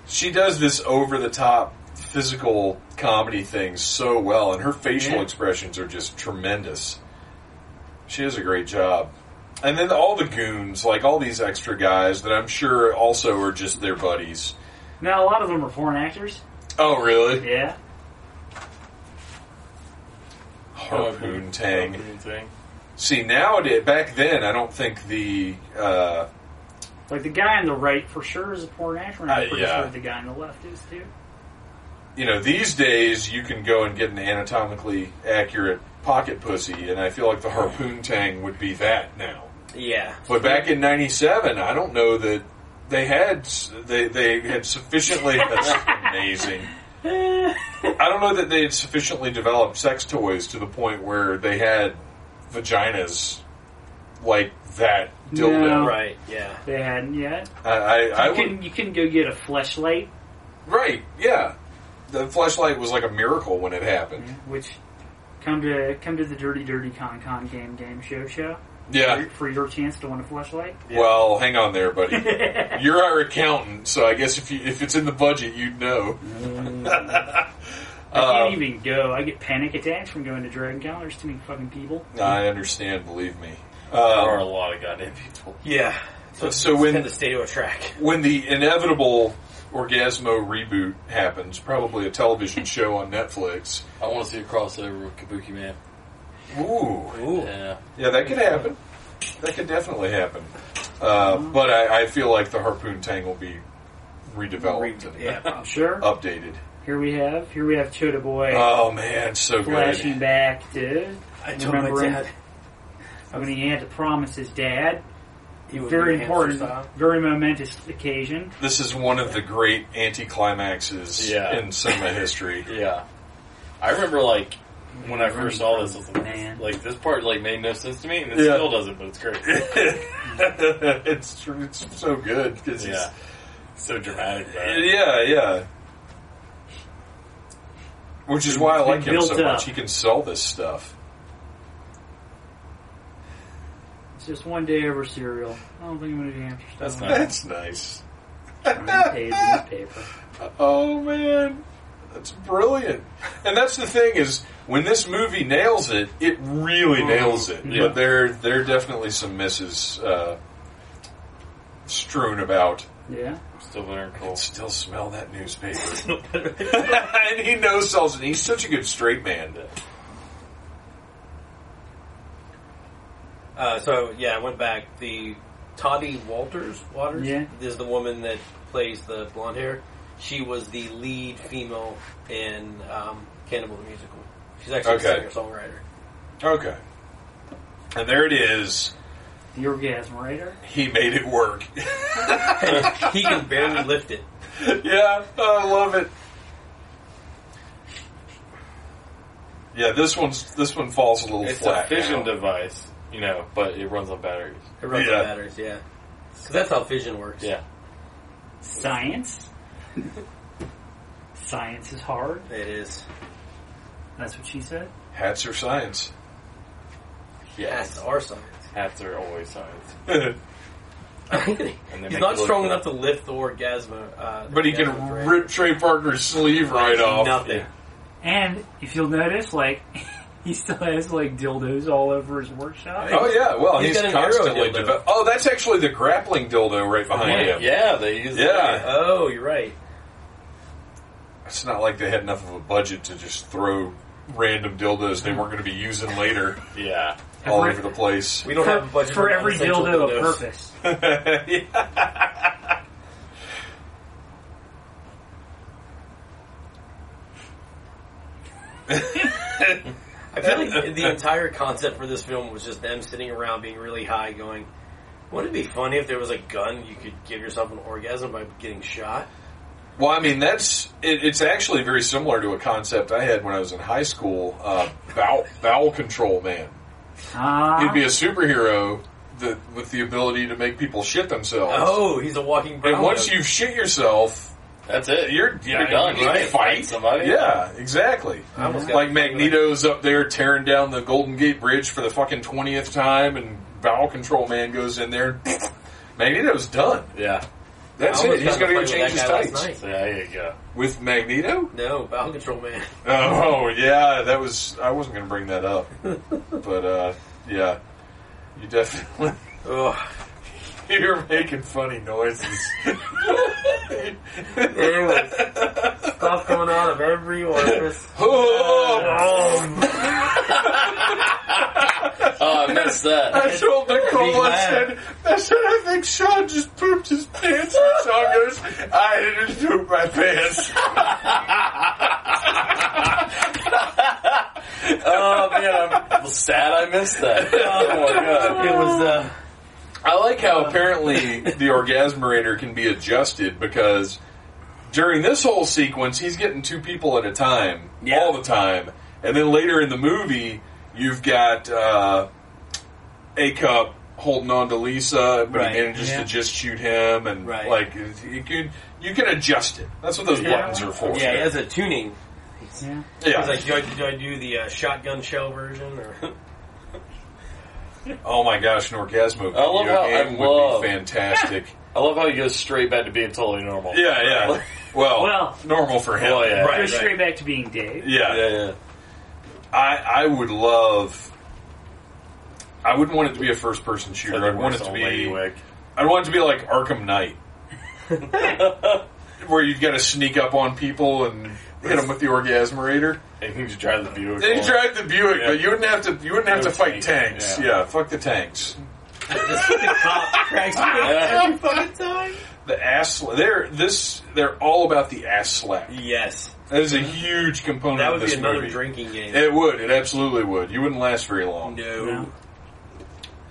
she does this over the top physical comedy thing so well, and her facial Yeah. expressions are just tremendous. She does a great job. And then all the goons, like all these extra guys that I'm sure also are just their buddies. Now a lot of them are porn actors. Oh, really? Yeah, Oh, Harpoon Tang. Harpoon Tang. See, nowadays, back then, I don't think the, uh, like the guy on the right for sure is a porn actor. And Uh, I'm pretty yeah. sure the guy on the left is too. you know, these days you can go and get an anatomically accurate pocket pussy, and I feel like the Harpoon Tang would be that now. Yeah. But back in '97, I don't know that they had they they had sufficiently. That's amazing. I don't know that they had sufficiently developed sex toys to the point where they had vaginas like that dildo. No. Right. Yeah. They hadn't yet. I, I, I You would couldn't you couldn't go get a fleshlight, right, yeah. The flashlight was like a miracle when it happened. which come to come to the dirty dirty con con game game show show Mm-hmm. Yeah. for, for your chance to win a fleshlight. Well, hang on there, buddy. *laughs* You're our accountant, so I guess if you, if it's in the budget, you'd know. Mm-hmm. I can't even go. I get panic attacks from going to Dragon Con. There's too many fucking people. I understand. Believe me. There Um, are a lot of goddamn people. Yeah. So, So when- kind of stay to a *laughs* track. when the inevitable Orgasmo reboot happens, probably a *laughs* television show on Netflix. I want to see a crossover with Kabuki Man. Ooh, Ooh. Yeah. yeah, that could happen. That could definitely happen. Uh, Mm-hmm. but I, I feel like the harpoon tang will be redeveloped and Yeah. Sure. Uh, updated. Here we have here we have Chota Boy Oh man, so flashing good. back to I told Remember my him? dad when he had to promise his dad. he would Very do hamster important, style. very momentous occasion. This is one of the great anticlimaxes Yeah. in cinema history. Yeah. I remember, like, when I first saw this, I was like, Man. like, this part, like, made no sense to me, and it Yeah. still doesn't, but it's great. *laughs* it's tr- it's so good because yeah. So dramatic, Yeah, man. yeah, yeah. Which is why I like him built so up. much. He can sell this stuff. *laughs* It's just one day over cereal. I don't think I'm going to do hamster style. That's not- That's nice. I'm gonna pay the newspaper. Oh man, that's brilliant. And that's the thing is, when this movie nails it, it really Mm-hmm. nails it. Yeah. But there, there are definitely some misses uh, strewn about. Yeah. Still very I cool. can still smell that newspaper. *laughs* *laughs* and he no sells it. He's such a good straight man. Uh, so yeah, I went back. The Toddy Walters Waters Yeah. is the woman that plays the blonde hair. She was the lead female in um, Cannibal the Musical. She's actually Okay. a singer songwriter. Okay. And there it is. The orgasm writer. He made it work. *laughs* He can barely lift it. yeah, I love it. Yeah, this one's this one falls a little It's a flat. fission now. device, you know, but it runs on batteries. It runs Yeah. on batteries, yeah. Because that's how fission works. Yeah. Science. Science is hard. It is. That's what she said. Hats are science. That's our science. *laughs* Hats are always science. And they He's make not it look strong good. enough to lift the Orgasmo. Uh, But he the can orgasmo tray. rip Trey Parker's sleeve right off. Nothing. And if you'll notice, like *laughs* he still has like dildos all over his workshop. Oh yeah, well He's he's, got an arrow constantly. dildo. Deve- oh, that's actually the grappling dildo right behind Yeah, him. yeah, they use Yeah. Oh, you're right. It's not like they had enough of a budget to just throw random dildos they weren't going to be using later that. *laughs* Yeah. all Every- over the place. We don't for, have a budget for on every essential dildo a dildos. *laughs* purpose. I feel like the entire concept for this film was just them sitting around being really high, going, "Wouldn't it be funny if there was a gun you could give yourself an orgasm by getting shot?" Well, I mean, that's it, it's actually very similar to a concept I had when I was in high school. Uh, bowel, bowel control man. He'd Ah, be a superhero that, with the ability to make people shit themselves. Oh, he's a walking. brown and once note. you've shit yourself, That's it. you're, yeah, You're done, you can't right? Fight Fight somebody. Yeah, exactly. almost got Like it. Magneto's up there tearing down the Golden Gate Bridge for the fucking twentieth time, and bowel control man goes in there. *laughs* Magneto's done. Yeah. That's I it. almost He's got in going to a go fight with change his that guy last tights night. So there you go. with Magneto. no bowel control man. Oh yeah, that was. I wasn't going to bring *laughs* that up, but uh, yeah, you definitely *laughs* Ugh. you're making funny noises. *laughs* Anyway, stuff coming out of every orifice. oh, *laughs* Oh, I missed *laughs* that. I told Nicole. I glad. said, I said, I think Sean just pooped his pants. And Sean goes, I didn't poop my pants. oh man, I'm sad I missed *laughs* that. Oh my god. It was. Uh, I like how apparently the orgasmerator can be adjusted because during this whole sequence, he's getting two people at a time, all the time. And then later in the movie, you've got uh, A Cup holding on to Lisa, but Right. he manages Yeah. to just shoot him. And Right. like, you can, you can adjust it. That's what those Yeah. buttons are for. yeah, he has a tuning. yeah. Yeah. He's like, do I, do I do the uh, shotgun shell version or? *laughs* oh my gosh, an orgasmo I love video how I game would love- be fantastic. I love how he goes straight back to being totally normal. yeah, yeah. Well, Well- normal for him. Oh yeah. Right. Goes straight back to being Dave. Yeah. Yeah, yeah. I, I would love. I wouldn't want it to be a first person shooter. I'd Works want it to on be. Lady Wick. I'd want it to be like Arkham Knight, where you've got to sneak up on people and hit them with the orgasmerator. And you just drive the Buick. Then you along. drive the Buick, Yeah. but you wouldn't have to. You wouldn't have No to fight tank, tanks. yeah. Yeah. fuck the tanks. *laughs* Cop cracks me up Yeah. every fucking time. The ass. sla- They're this. They're all about the ass slap. Yes, That is a huge component. that of would this be another movie. drinking game. It would. It absolutely would. You wouldn't last very long. no, No.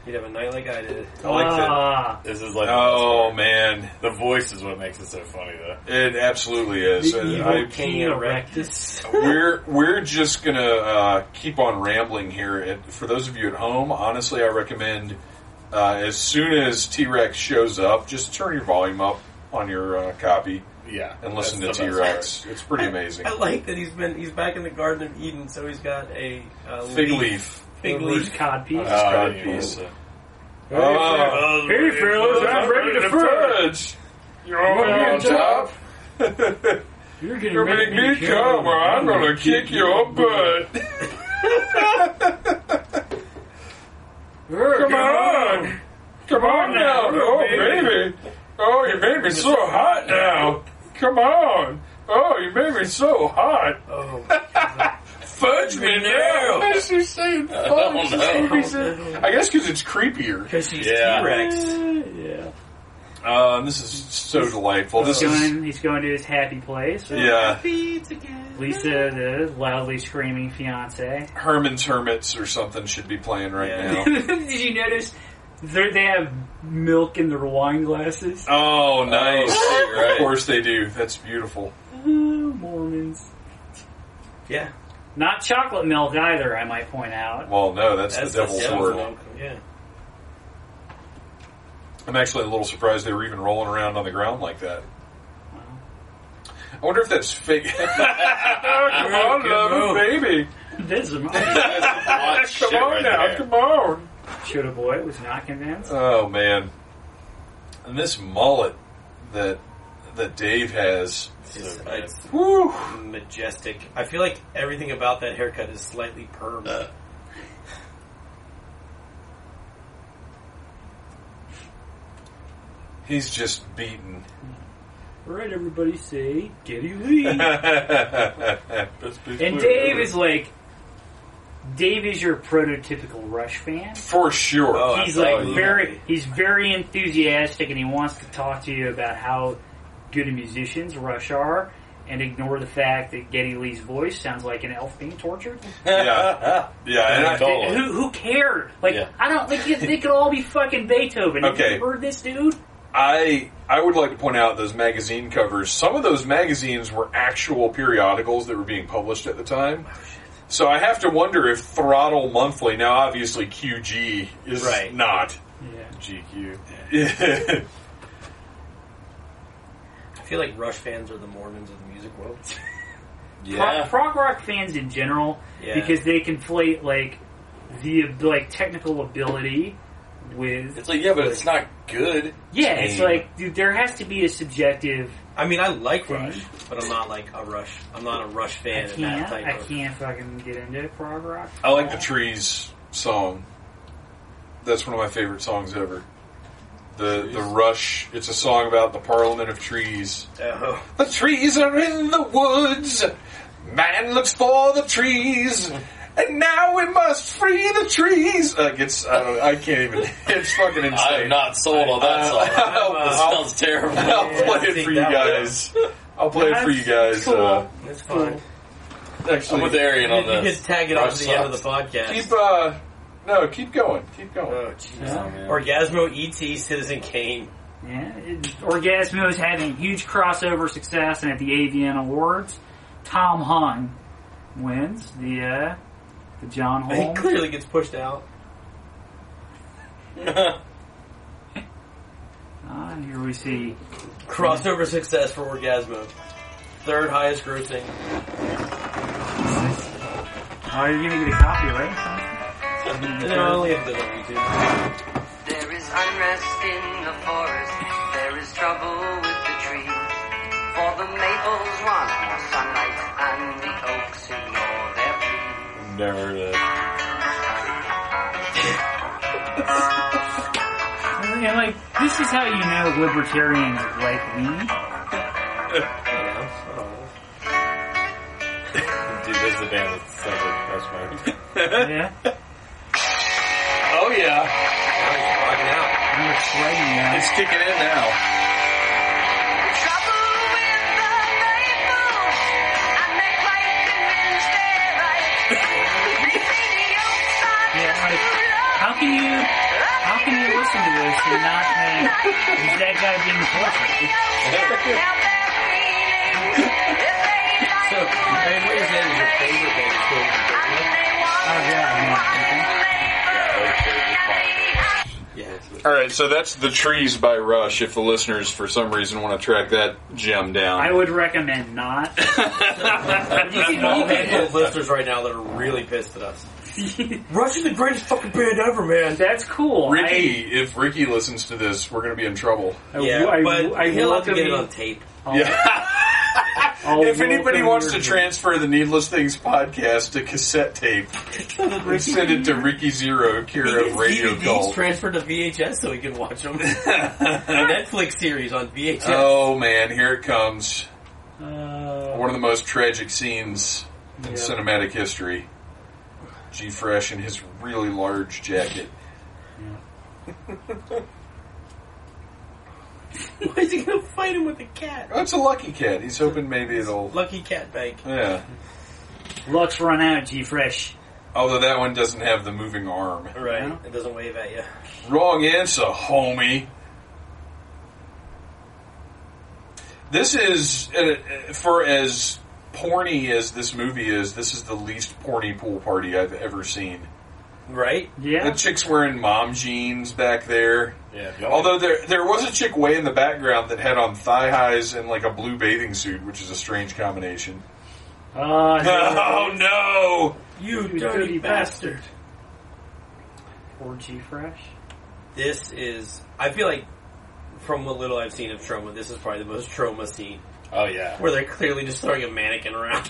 you'd have a night like I did. I like that. Ah, This is like Oh man, the voice is what makes it so funny though. it absolutely is. The And evil I- King Erectus. we're we're just gonna uh, keep on rambling here. It, for those of you at home, honestly, I recommend uh, as soon as T Rex shows up, just turn your volume up on your uh, copy Yeah. and listen That's to the T best Rex. It's pretty amazing. I like that he's been he's back in the Garden of Eden, so he's got a uh, Fig leaf. Fig the loose leaf. codpiece. part. Uh, Oh, I didn't even Codpiece. know that. uh, Oh, hey, fellas, I'm ready to fur. You're on top. You're gonna You make me come, or I'm gonna kick your butt. Come on! Come on now! Oh, baby! Oh, you made me so hot now! Come on! Oh, you made me so hot! Oh, Fudge me now! *laughs* Why is she saying fudge? I don't know. She said- I guess because it's creepier. because he's Yeah. T-Rex. Yeah. Um, this is so delightful. This He's going, he's going to his happy place. yeah, Lisa, the loudly screaming fiance. *laughs* Herman's Hermits or something should be playing right Yeah. Did you notice They're, they have milk in their wine glasses. Oh, nice. Oh, right. Of course they do. That's beautiful. Oh, Mormons. Yeah, Not chocolate milk either, I might point out. *laughs* Well, no, that's, that's the devil's that's word. one. Yeah, I'm actually a little surprised they were even rolling around on the ground like that. I wonder if *laughs* that's fake. *laughs* come on, Good love, move. baby. This is *laughs* mine. Hot Come shit on right now, there. come on. Should a boy was not convinced. Oh man, and this mullet that that Dave has. So I- bad. Whew. majestic. I feel like everything about that haircut is slightly perm. Uh, He's just beaten. *laughs* Alright, everybody say, Giddy Lee. And Blue, Dave blue. is like, Dave is your prototypical Rush fan. For sure. Oh, He's absolutely. like very, he's very enthusiastic, and he wants to talk to you about how good musicians Rush are, and ignore the fact that Geddy Lee's voice sounds like an elf being tortured. yeah. Yeah. And I, Totally. Who, who cared? Like, Yeah. I don't think like, they could all be fucking Beethoven. Have Okay. you heard this dude? I I would like to point out those magazine covers. Some of those magazines were actual periodicals that were being published at the time. So I have to wonder if Throttle Monthly now obviously QG is Right. not Yeah. GQ. I feel like Rush fans are the Mormons of the music world. *laughs* Prog, prog rock fans in general, Yeah. because they conflate like the like technical ability with It's like, yeah, but it's not good. Yeah, it's Mm. like dude, there has to be a subjective. I mean, I like Mhm. Rush, but I'm not like a Rush. I'm not a Rush fan. I in that can't, type I of, can't fucking get into prog rock. I like the trees song. That's one of my favorite songs ever. The the rush. It's a song about the Parliament of Trees. Uh-huh. Oh, The trees are in the woods. Man looks for the trees. And now we must free the trees. Like it's, I don't, I can't even. It's fucking insane. *laughs* I'm not sold on that *laughs* song. Uh, This sounds terrible. *laughs* I'll play it for you guys. I'll play it for you guys. Uh, that's fine. I'm with actually, Arian on You this. just tag it on Rush to the end of the sucks. podcast. keep. Uh, no, keep going. Keep going. oh, jeez. Orgasmo, ET, Citizen Kane. Yeah, it, Orgasmo is having huge crossover success, and at the AVN Awards, Tom Hahn wins the uh, the John He Holmes. clearly gets pushed out. Ah, and here we see Crossover success for Orgasmo. Third highest grossing. Oh, you're gonna get a copy, right? Mm-hmm. And then I only have this on YouTube. There is unrest in the forest. There is trouble with the trees. For the maples want more sunlight, and the oaks ignore their pleas. Never heard of that. And, and, like, this is how you know libertarians like me. Dude, this is the band that sounds like Crush Yeah, Oh, yeah. you're sweating now. It's kicking in now. Trouble with the maples, and they fight to mince their rights. They say the oaks are Yeah, like, how can you, how can you listen to this and not think, is that guy being tortured? out their feelings. If they like So, I mean, what you're saying is your favorite band is Citizen Kane. Oh yeah, Yeah. All right, so that's the trees by Rush. If the listeners, for some reason, want to track that gem down, I would recommend not. *laughs* You can all handful of listeners right now that are really pissed *laughs* at us. Rush is the greatest fucking band ever, man. That's cool. Ricky, if Ricky listens to this, we're going to be in trouble. I, I, Yeah, I, but I he'll have to welcome get it you- on tape. Yeah. I'll if anybody welcome wants your- to transfer the Needless Things podcast to cassette *laughs* tape, send it to Ricky Zero here at Radio DVDs Gold. transferred to VHS so we can watch *laughs* them. Netflix series on VHS. *laughs* Oh man, here it comes. Uh, One of the most tragic scenes in Yeah. cinematic history. G Fresh in his really large jacket. Why is he gonna fight him with a cat? Oh, it's a lucky cat. He's hoping maybe it'll. Lucky Cat Bank. Yeah. Lux run out, G Fresh. Although that one doesn't have the moving arm. Right. No. It doesn't wave at you. Wrong answer, homie. This is, uh, for as porny as this movie is, this is the least porny pool party I've ever seen. Right? Yeah. The chick's wearing mom jeans back there. Yeah. Although there there was a chick way in the background that had on thigh highs and like a blue bathing suit, which is a *laughs* strange combination. Uh, *laughs* Oh no! You You dirty dirty bastard. Or G Fresh. This is, I feel like, from what little I've seen of trauma, this is probably the most trauma scene Oh *laughs* yeah. where they're clearly just throwing a mannequin around.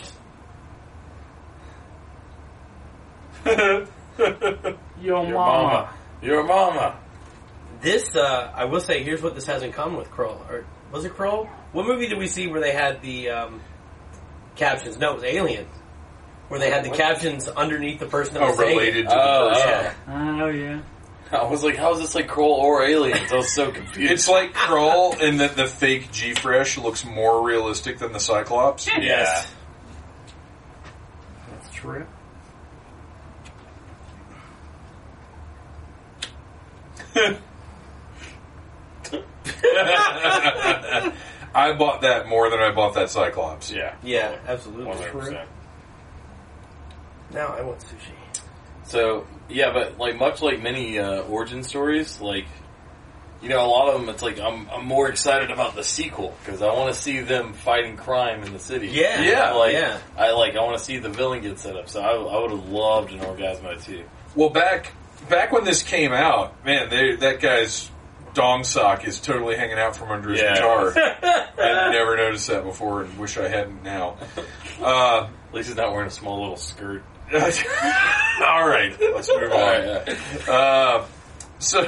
Yo, Your mama. mama. Your mama. This, uh, I will say, here's what this has in common with Kroll. Or was it Kroll? What movie did we see where they had the um, captions? No, it was Alien, where they had the captions underneath the person that Oh, was saying it. related to Oh, the person. yeah. Oh yeah. I was like, how is this like Kroll or aliens? I was so confused. It's like Kroll in that the fake G Fresh looks more realistic than the Cyclops. yeah. That's true. I bought that more than I bought that Cyclops. Yeah. Yeah, absolutely. One hundred percent. Now I want sushi. So yeah, but like much like many uh, origin stories, like you know, a lot of them, it's like I'm, I'm more excited about the sequel because I want to see them fighting crime in the city. Yeah, Yeah, like yeah. I like I want to see the villain get set up. So I, I would have loved an Orgasmo too. Well, back back when this came out, man, they, that guy's dong sock is totally hanging out from under his Yeah. *laughs* guitar. I've never noticed that before, and wish I hadn't now. *laughs* Uh, At least he's not wearing a small little skirt. all right, let's move on. *laughs* Uh, so, *laughs*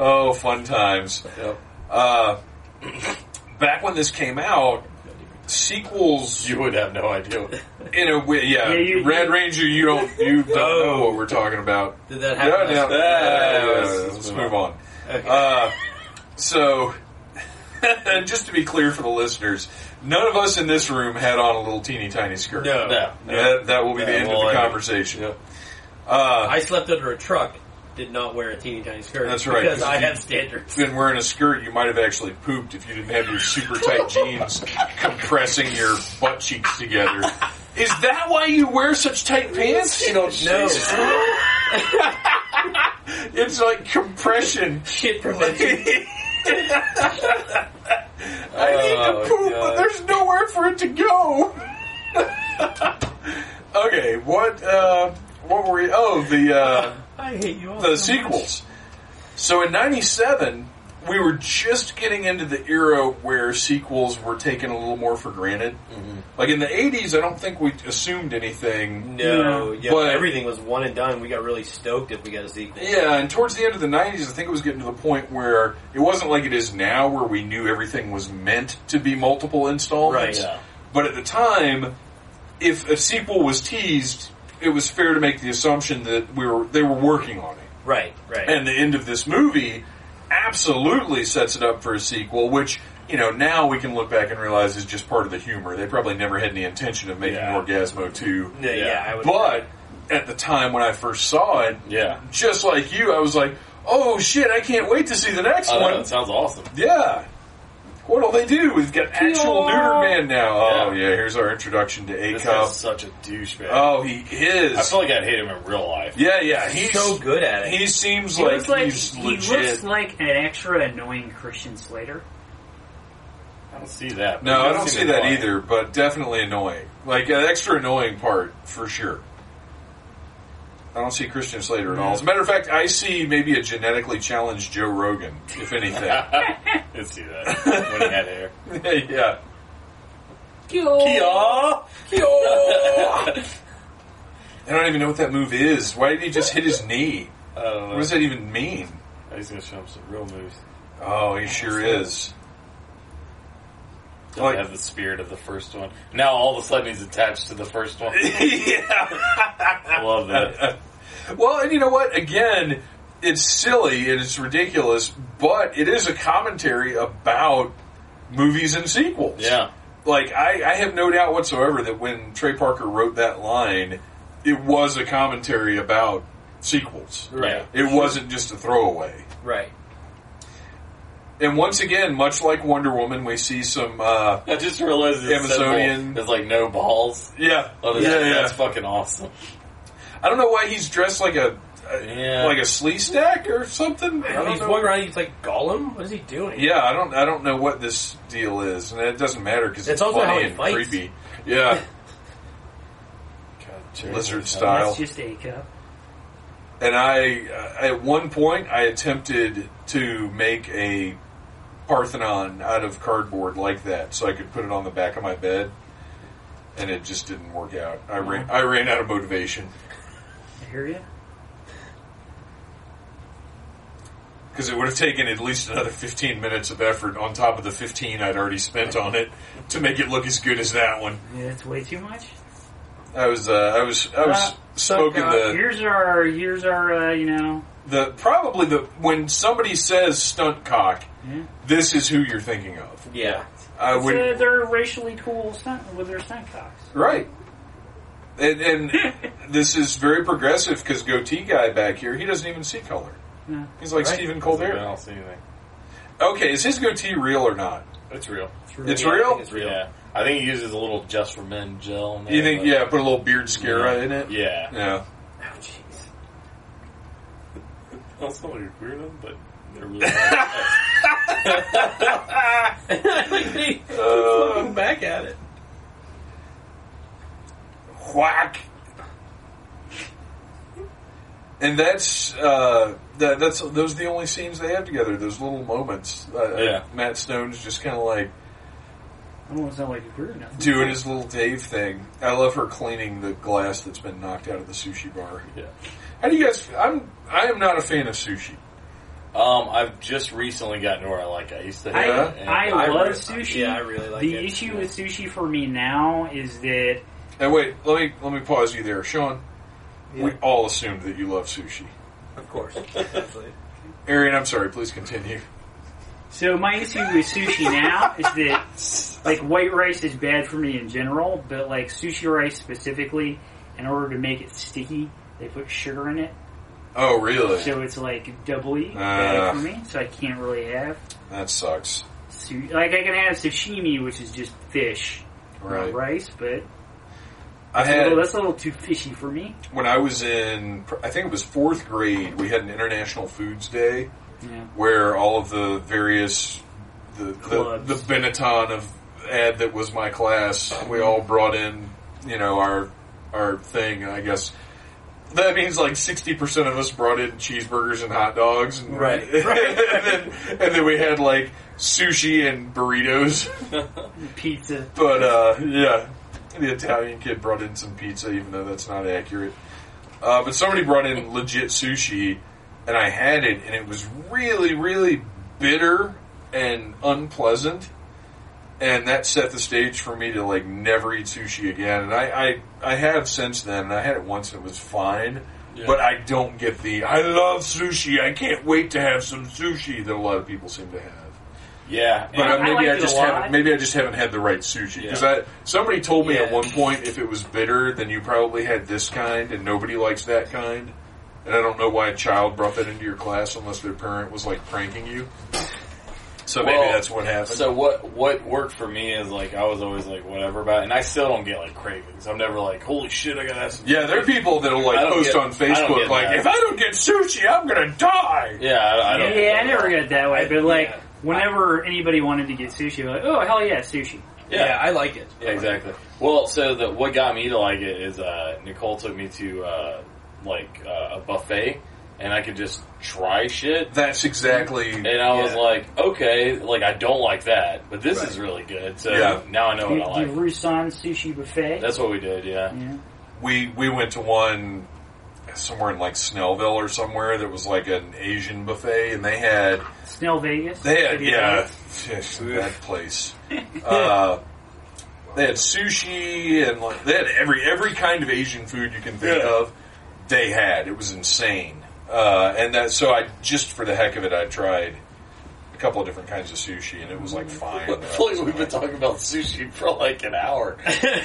oh, fun times. Yep. Uh, back when this came out, sequels You would have no idea. in a way, yeah, Yeah, you- Red Ranger, you don't you don't know what we're talking about. Did that No, no, happen? no, no, no, let's- no, no, let's let's move move on. Okay. Uh, so, *laughs* just to be clear for the listeners, none of us in this room had on a little teeny tiny skirt. No. No. That, that will be the Yeah, end well, of I- the conversation. I slept under a truck, did not wear a teeny tiny skirt. That's right. Because I had standards. *laughs* If you'd been wearing a skirt, you might have actually pooped if you didn't have your super tight jeans compressing your butt cheeks together. Is that why you wear such tight pants? You don't No. *laughs* It's like *laughs* compression. Shit prevention. I need Oh, to poop, but God. there's nowhere for it to go. okay, what uh, what were we? Oh, the uh, I hate you all. the so much. sequels. So in '97, we were just getting into the era where sequels were taken a little more for granted. Mm-hmm. Like in the '80s, I don't think we assumed anything. No, yeah, But- everything was one and done. We got really stoked if we got a sequel. Yeah, and towards the end of the '90s, I think it was getting to the point where it wasn't like it is now, where we knew everything was meant to be multiple installments. Right, yeah. But at the time, if a sequel was teased, it was fair to make the assumption that we were they were working on it. Right, right. and the end of this movie absolutely sets it up for a sequel, which you know now we can look back and realize is just part of the humor. They probably never had any intention of making Yeah. Orgasmo two, yeah, yeah, I would. but at the time when I first saw it, Yeah. just like you, I was like, "Oh shit, I can't wait to see the next Oh, one." that sounds awesome. Yeah. What'll they do? We've got actual neuter man now. Oh Yeah. yeah, here's our introduction to A This Cup. guy's such a douchebag. Oh, he is. I feel like I'd hate him in real life. yeah, yeah, he's he's so good at it. He seems He like, looks like he's he legit. looks like an extra annoying Christian Slater. I don't see that. No, He I does don't see seem that annoying. either, but definitely annoying. Like an extra annoying part for sure. I don't see Christian Slater at all. As a matter of fact, I see maybe a genetically challenged Joe Rogan, if anything. I did see that when he had hair. *laughs* yeah. Kia! *laughs* I don't even know what that move is. Why did he just hit his knee? What does that even mean? He's gonna show him some real moves. Oh, he sure is. Doesn't Like- have the spirit of the first one. Now all of a sudden he's attached to the first *laughs* one. yeah. I love that. Well, and you know what? Again, it's silly and it's ridiculous, but it is a commentary about movies and sequels. Yeah. like I, I have no doubt whatsoever that when Trey Parker wrote that line, it was a commentary about sequels. Right. It wasn't just a throwaway. Right. And once again, much like Wonder Woman, we see some. Uh, I just realized this Amazonian. symbol is like no balls. yeah, Oh, yeah, that's, yeah. that's fucking awesome. I don't know why he's dressed like a, a Yeah. like a slee stack or something. I I mean, don't he's know. walking around. He's like Gollum. What is he doing? Yeah, I don't. I don't know what this deal is, and it doesn't matter because it's, It's also funny how he and fights. creepy. Yeah, God, Jerry, lizard that's- style. That's just a cup. and I, uh, at one point, I attempted to make a Parthenon out of cardboard like that, so I could put it on the back of my bed, and it just didn't work out. I ran, I ran out of motivation I hear you. because it would have taken at least another fifteen minutes of effort on top of the fifteen I'd already spent on it to make it look as good as that one. Yeah, that's way too much. I was, uh, I was, I Uh, was smoking Look, uh, the. here's our, here's our, uh, you know, the probably the when somebody says stunt cock, this is who you're thinking of. Yeah. I it's, uh, would they're racially cool stunt with their stunt cocks. right, and, and this is very progressive because goatee guy back here he doesn't even see color. No. He's like Right. Stephen I Colbert. don't see anything. Okay, is his goatee real or not? It's real. It's Yeah, I think real. It's real. *laughs* Yeah. I think he uses a little just for men gel. in there, You think? but- Yeah, put a little beard scara in it. Yeah. Yeah. Oh, jeez. I don't sound like a weirdo, but they're really *laughs* nice. like he keeps looking back at it. whack. And that's uh, that, that's those are the only scenes they have together. Those little moments. Uh, Yeah. Matt Stone's just kind of like I don't want to sound like a queer enough. doing his little Dave thing. I love her cleaning the glass that's been knocked out of the sushi bar. Yeah. How do you guys? I'm I am not a fan of sushi. Um, I've just recently gotten to where I like it. I used to hate uh, I, it. and I love sushi. Yeah, I really like the it. issue with sushi for me now is that And wait, let me let me pause you there, Sean. We all assumed that you love sushi. Of course. Absolutely. Arian, I'm sorry. Please continue. So my issue with sushi now is that like white rice is bad for me in general, but like sushi rice specifically, in order to make it sticky, they put sugar in it, Oh, really? so it's like doubly bad Ah. for me. So I can't really have That sucks. su- like I can have sashimi, which is just fish, not Right. rice, but I that's a, had little, that's a little too fishy for me. when I was in, I think it was fourth grade, we had an International Foods Day Yeah. where all of the various, the, the, Clubs. the Benetton of ad that was my class, we all brought in, you know, our, our thing, I guess. That means like 60% of us brought in cheeseburgers and hot dogs. And, Right. *laughs* and, then, and then we had like sushi and burritos. Pizza. But uh, yeah, the Italian kid brought in some pizza, even though that's not accurate. Uh, but somebody brought in legit sushi, and I had it, and it was really, really bitter and unpleasant. And that set the stage for me to like never eat sushi again. And I, I, I have since then. And I had it once, and it was fine. Yeah. But I don't get the I love sushi. I can't wait to have some sushi that a lot of people seem to have. Yeah. But I- uh, I maybe liked I, it a just lot. haven't. Maybe I just haven't had the right sushi because I somebody told me at Yeah. one point if it was bitter, then you probably had this kind, and nobody likes that kind. And I don't know why a child brought that into your class unless their parent was like pranking you. So maybe Well, that's what happened. So what what worked for me is like I was always like whatever about it, and I still don't get like cravings. I'm never like holy shit I gotta have some. yeah, there are people that'll like I don't post get- on I don't Facebook get like, that. "If I don't get sushi, I'm gonna die." Yeah, I, I don't. Yeah, I never got that way, but like yeah. whenever anybody wanted to get sushi, like oh hell yeah, sushi. Yeah, Yeah. I like it. Yeah, exactly. Well, so the, what got me to like it is uh, Nicole took me to uh, like uh, a buffet, and I could just try shit. That's exactly. And I was Yeah. like, okay, like I don't like that, but this Right. is really good. So Yeah. now I know Oh, The, what I the like. Rusan sushi buffet. That's what we did. Yeah. yeah. we we went to one somewhere in like Snellville or somewhere that was like an Asian buffet, and they had Snell Vegas. They had, City yeah, Lights. that place. Uh, they had sushi and like they had every every kind of Asian food you can think Yeah. of. They had it was insane, uh, and that so I just for the heck of it I tried a couple of different kinds of sushi, and it was like fine. I feel like we've been talking about sushi for like an hour.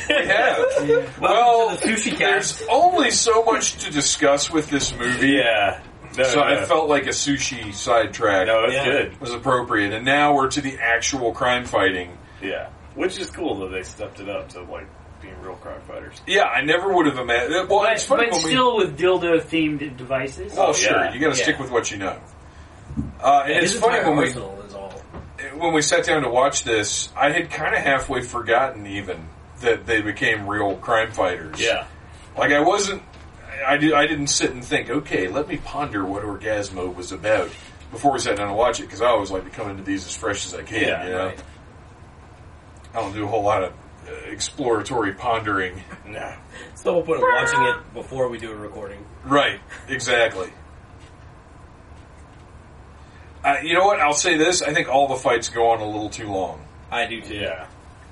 Yeah. Well, well, the sushi cast. there's only so much to discuss with this movie. yeah. No, So no, I felt like a sushi sidetrack no, it's Yeah. good. was appropriate, and now we're to the actual crime fighting. Yeah, which is cool that they stepped it up to like being real crime fighters. Yeah, I never would have imagined. Well, But, it's funny but when we. still with dildo themed devices. well, Oh, sure, yeah, you got to yeah. stick with what you know. Uh, and it's His funny entire when we arsenal is all. when we sat down to watch this, I had kind of halfway forgotten even that they became real crime fighters. Like I wasn't, I, I, did, I didn't sit and think, okay, let me ponder what Orgasmo was about before we sat down to watch it because I always like to come into these as fresh as I can. Yeah, you know, right. I don't do a whole lot of uh, exploratory pondering. no, It's the whole point of watching it before we do a recording. Right, exactly. Uh, you know what? I'll say this: I think all the fights go on a little too long. I do too. yeah,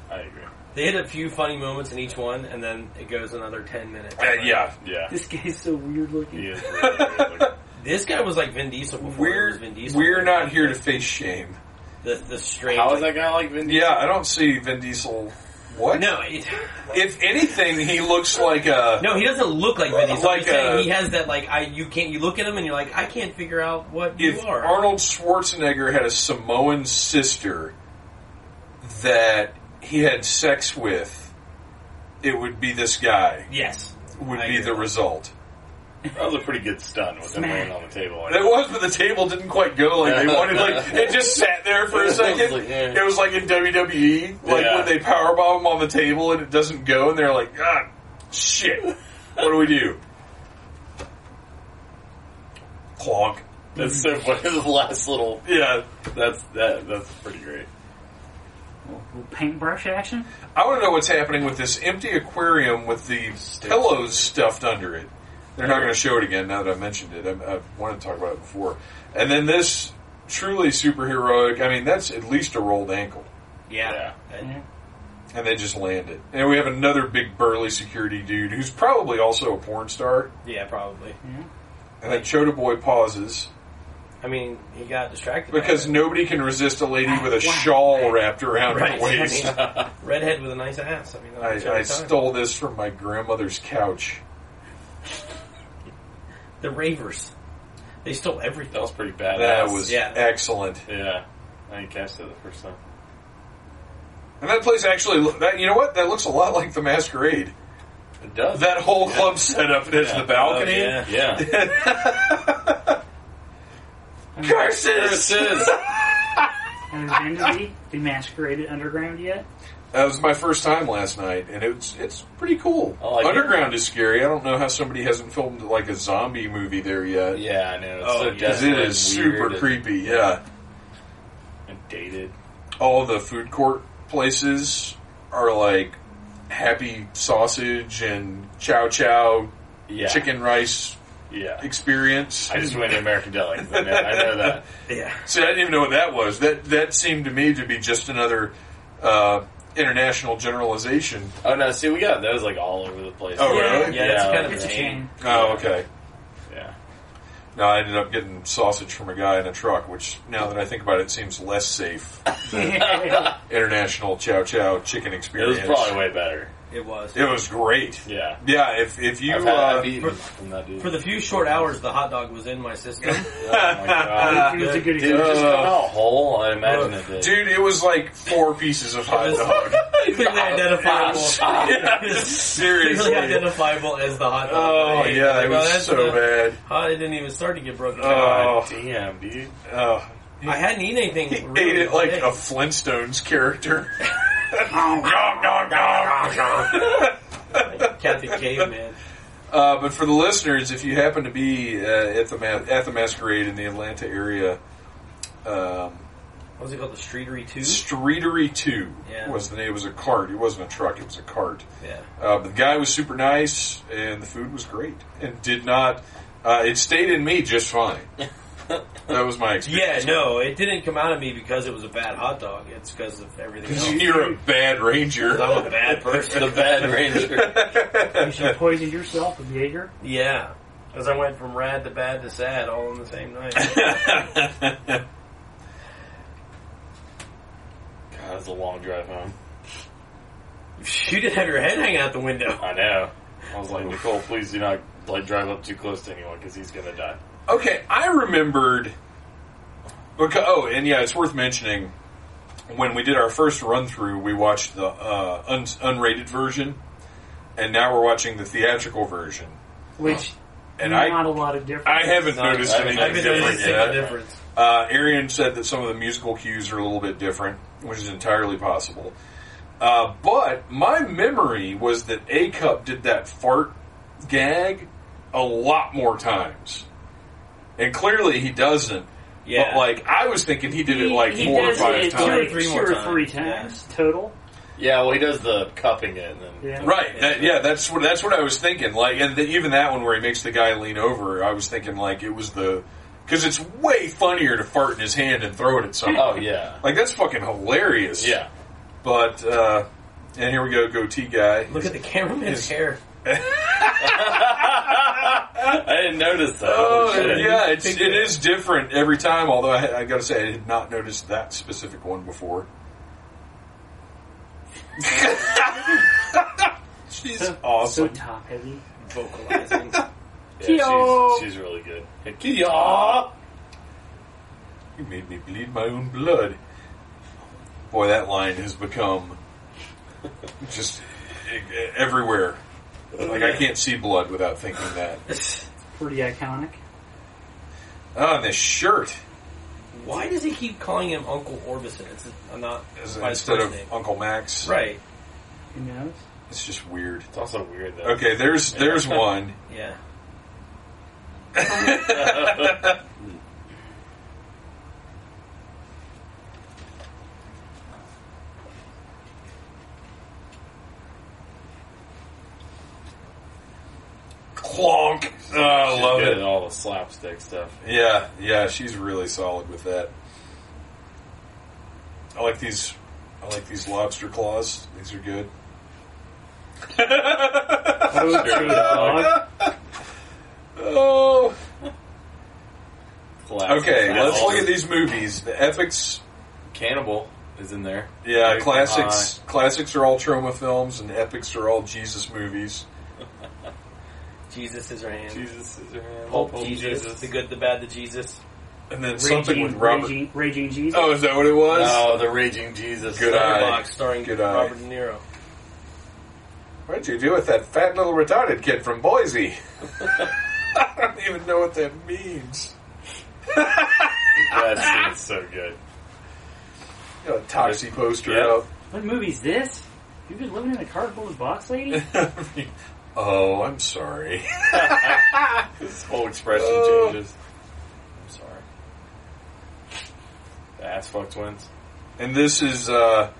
I agree. They hit a few funny moments in each one, and then it goes another ten minutes. Uh, yeah, Yeah, This guy's so weird looking. he is really good looking. This guy was like Vin Diesel before. he was *laughs* we're Vin Diesel. we're not here to face shame. the the strange. How is that guy like Vin? Diesel? Yeah, I don't see Vin Diesel. What? No, it, If anything, he looks like a. no, he doesn't look like Vin Diesel. Like, He's saying uh, he has that like I you can't you look at him and you're like I can't figure out what you if are. Arnold Schwarzenegger had a Samoan sister that he had sex with, it would be this guy. yes, Would I be agree. the result. That was a pretty good stun with him laying on the table. It was, but the table didn't quite go like they wanted. *laughs* Like it just sat there for a It was second. like, yeah. It was like in WWE, like Yeah. when they powerbomb him on the table and it doesn't go, and they're like, "Ah, shit! What do we do?" Clonk. That's so funny. The last little. Yeah, That's that. That's pretty great. Little Paintbrush action. I want to know what's happening with this empty aquarium with the pillows stuffed under it. They're not going to show it again now that I've mentioned it. I, I wanted to talk about it before. And then this truly superheroic, I mean, that's at least a rolled ankle. yeah. Yeah. And they just land it. And we have another big burly security dude who's probably also a porn star. Yeah, probably. And then Chota Boy pauses I mean, he got distracted by because it. nobody can resist a lady with a shawl wrapped around Right. her *laughs* waist. I mean, redhead with a nice ass. I mean, I, every I time. stole this from my grandmother's couch. the ravers. They stole everything. That was pretty badass. That was Yeah. excellent. Yeah, I didn't catch that the first time. And that place actually, lo- that you know what? That looks a lot like the Masquerade. It does. That whole club setup and it's the balcony. Oh, yeah. yeah. Curses! Curses! And Vanity, *laughs* they masqueraded underground yet? That was my first time last night, and it's it's pretty cool. Oh, I like it. Underground is scary. I don't know how somebody hasn't filmed like a zombie movie there yet. yeah, I know. It's Oh, so yeah. 'Cause desperate it and is weird super and- creepy. Yeah, and dated. all the food court places are like happy sausage and chow chow Yeah. chicken rice Yeah. experience. I just went to American Deli. I know, I know *laughs* that. Yeah. See, I didn't even know what that was. That that seemed to me to be just another uh, international generalization. Oh no, see, we got those like all over the place. Oh, yeah. Yeah, really? yeah, that's Yeah, kind of It's a a chain. Oh, okay. Yeah. No, I ended up getting sausage from a guy in a truck, which now that I think about it seems less safe. *laughs* Yeah. International chow chow chicken It experience. was probably way better. It was. It was great. Yeah. Yeah, if if you I've had, uh, I've eaten from that dude. For the few short hours the hot dog was in my *laughs* system, Oh my god. it was a good Did it example. just come out whole? I imagine it did. dude, it was like four pieces of hot was- *laughs* dog. clearly identifiable. *laughs* Seriously. clearly identifiable as the hot dog. Oh Hey, yeah, it like, oh, was that's so the- bad. Oh, it didn't even start to get broken down. God Oh, damn, dude. oh. I hadn't eaten anything. He really ate it all like day. a Flintstones *laughs* character. *laughs* Nom, nom, nom, nom, nom. Captain Caveman. Uh, but for the listeners, if you happen to be uh, at the ma- at the masquerade in the Atlanta area, um, What was it called? The Streetery Two. Streetery Two Yeah. was the name. It was a cart. It wasn't a truck. It was a cart. Yeah. Uh, but the guy was super nice, and the food was great, and did not. Uh, it stayed in me just fine. that was my Yeah, experience. no, it didn't come out of me because it was a bad hot dog. It's because of everything else. *laughs* You're a bad ranger. I'm a bad person. The Bad Ranger. You should poison yourself with Jaeger. Yeah. As I went from rad to bad to sad all in the same night. That was a long drive home. You didn't have your head hanging out *laughs* the window. I know. I was like, Nicole, please do not like drive up too close to anyone because he's gonna die. Okay, I remembered. Okay, oh, and yeah, it's worth mentioning. When we did our first run through, we watched the uh, un- unrated version, and now we're watching the theatrical version. Which *laughs* And not I, a lot of difference. I haven't Not- noticed I haven't anything I've been different noticing the yet. difference. Uh, Arian said that some of the musical cues are a little bit different, which is entirely possible. Uh, but my memory was that A Cup did that fart gag a lot more times. And clearly he doesn't. Yeah. But like, I was thinking he did it like he four or does five it times. Two Two or or three, three more times. times total. Yeah, well, he does the cupping it and then Yeah. Right. That, yeah, that's what that's what I was thinking. Like, and th even that one where he makes the guy lean over, I was thinking like it was the because it's way funnier to fart in his hand and throw it at someone. *laughs* Oh yeah, Like that's fucking hilarious. yeah. But uh, and here we go, goatee guy. Look at the cameraman's hair. I didn't notice that. Oh, Holy shit. yeah, it's, it is different every time. Although I, I got to say, I did not notice that specific one before. She's So awesome. top heavy. Vocalizing. Yeah, she's, she's really good. Kia. You made me bleed my own blood. Boy, that line has become just e- e- everywhere. Like I can't see blood without thinking that. Pretty iconic. Oh, and this shirt Why does he keep calling him Uncle Orbison? It's uh, not is- by his instead first of name. Uncle Max. Right. Who knows? It's just weird. It's also weird though. Okay, there's there's one. Yeah. Clonk. Oh, I She's love good it. at all the slapstick stuff. Yeah, yeah, she's really solid with that. I like these. I like these lobster claws. These are good. Oh. Classic Okay, style. let's look at these movies. The epics. Cannibal is in there. Yeah, Like, classics. Classics are all trauma films, and epics are all Jesus movies. Jesus is her uh, hand. Jesus is around. Pulp Pulp Jesus. The good, the bad, the Jesus. And then Raging, something with Robert. Raging, Raging Jesus. Oh, is that what it was? Oh, the raging Jesus. Good eye. Box starring Good eye. Robert De Niro. What'd you do with that fat little retarded kid from Boise? *laughs* I don't even know what that means. *laughs* That scene's so good. You know, Toxie poster Yeah. up. What movie's this? You've been living in a cardboard box, *laughs* lady. *laughs* oh, I'm sorry. *laughs* His whole expression Oh. changes. I'm sorry. The ass fuck twins. And this is uh,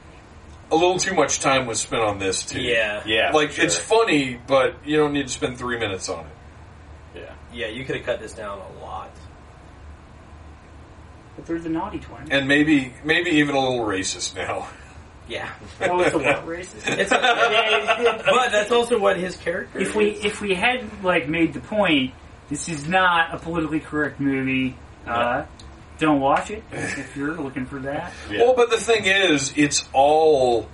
a little too much time was spent on this too. Yeah. Yeah, like for sure. it's funny, but you don't need to spend three minutes on it. yeah. Yeah, you could have cut this down a lot. but they're the naughty twins. And maybe, maybe even a little racist now. *laughs* Yeah. Oh, it's a lot racist. *laughs* It's, but that's also what his *laughs* character if we is. if we had like made the point, this is not a politically correct movie. Uh, don't watch it if you're looking for that. Yeah. Well, but the thing is, it's all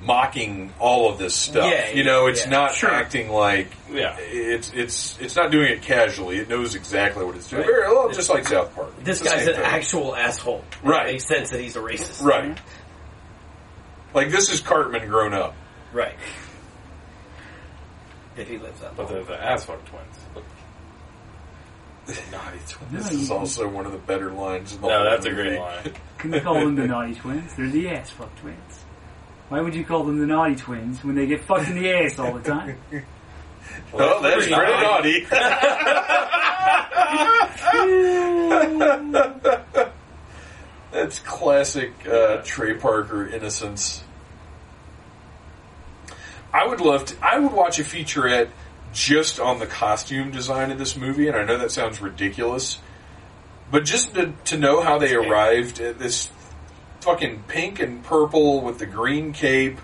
mocking all of this stuff. Yeah, you know, it's yeah. not Sure. acting like Yeah. it's it's it's not doing it casually. It knows exactly what it's doing. Right. Very- well, just like South Park. This It's the guy's an same thing. actual asshole. Right. It makes sense that he's a racist. right. Like this is Cartman grown up. Right. If he lives up. But they're the ass fuck twins. Oh, Naughty twins. This is also one of the better lines. In the No, whole that's a movie. great *laughs* line. Can we call them the naughty twins? They're the ass fuck twins. Why would you call them the naughty twins when they get fucked in the ass all the time? Oh, that's pretty naughty. *laughs* that's classic uh, Trey Parker innocence. I would love to. I would watch a featurette just on the costume design of this movie, and I know that sounds ridiculous, but just to, to know how they arrived at this fucking pink and purple with the green cape.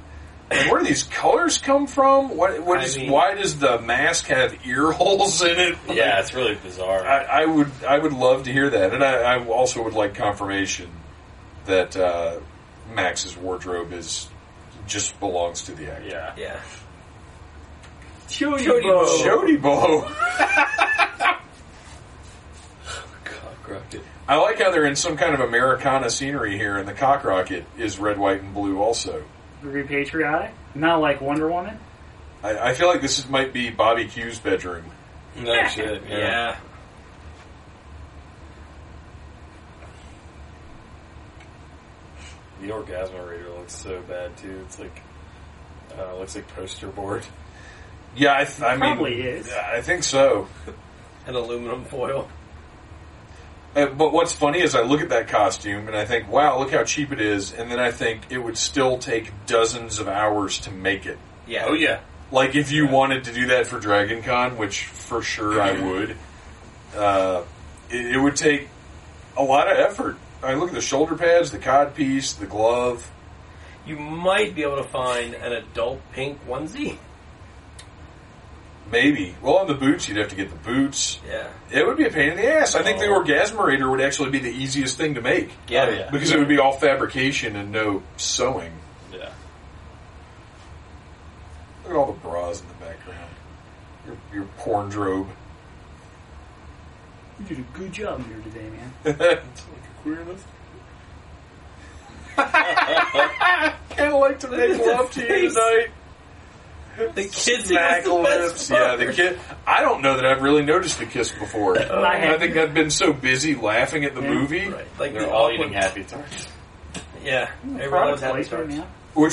Like, where do these colors come from? What? What I is? mean- why does the mask have ear holes in it? Like, Yeah, it's really bizarre. I, I would. I would love to hear that, and I, I also would like confirmation that uh, Max's wardrobe is just belongs to the actor. Yeah. Yeah. Jody Jody Bo. Bo. Jody *laughs* Bo. Cock rocket. Oh, I like how they're in some kind of Americana scenery here, and the cock rocket is red, white, and blue. Also, *laughs* Very patriotic. Not like Wonder Woman. I, I feel like this is, might be Bobby Q's bedroom. No shit. Yeah. Yeah. The orgasmo reader looks so bad too. It's like uh, looks like poster board. Yeah, I, th- I mean, Probably is. yeah, I think so. An aluminum foil. Uh, But what's funny is I look at that costume and I think, wow, look how cheap it is, and then I think it would still take dozens of hours to make it. Oh, Yeah. yeah. Like if you wanted to do that for Dragon Con, which for sure I would, uh, it, it would take a lot of effort. I look at the shoulder pads, the cod piece, the glove. You might be able to find an adult pink onesie. Maybe. Well, on the boots, you'd have to get the boots. Yeah. It would be a pain in the ass. I think the Oh. orgasmerator would actually be the easiest thing to make. Yeah. Oh, yeah. Because it would be all fabrication and no sewing. Yeah. Look at all the bras in the background. Your, your porn drobe. You did a good job here today, man. Kind of like to make love to you tonight. The kids Smack the lips. best part. Yeah, the kid. I don't know that I've really noticed the kiss *laughs* before. I I had- think I've been so busy laughing at the Yeah. movie, Right. Like They're the all awkward- eating happy tarts. Yeah. Everyone Product loves happy placement, tarts.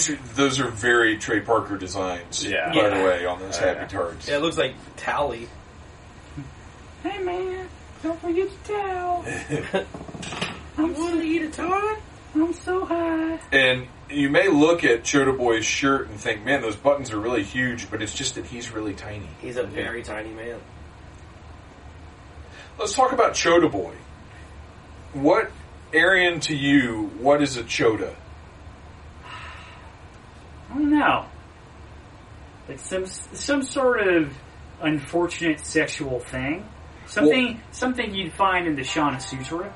man. which those are very Trey Parker designs. Yeah. By Yeah. the way, on those Oh, happy yeah. tarts. Yeah, it looks like tally. Hey, man. Don't forget to towel. You want to eat a tart? I'm so high. And you may look at Chota Boy's shirt and think, man, those buttons are really huge, but it's just that he's really tiny. He's a very tiny man. Let's talk about Chota Boy. What, Arian, to you, what is a Chota? I don't know. Like some some sort of unfortunate sexual thing. Something something you'd find in the Shauna Sutra.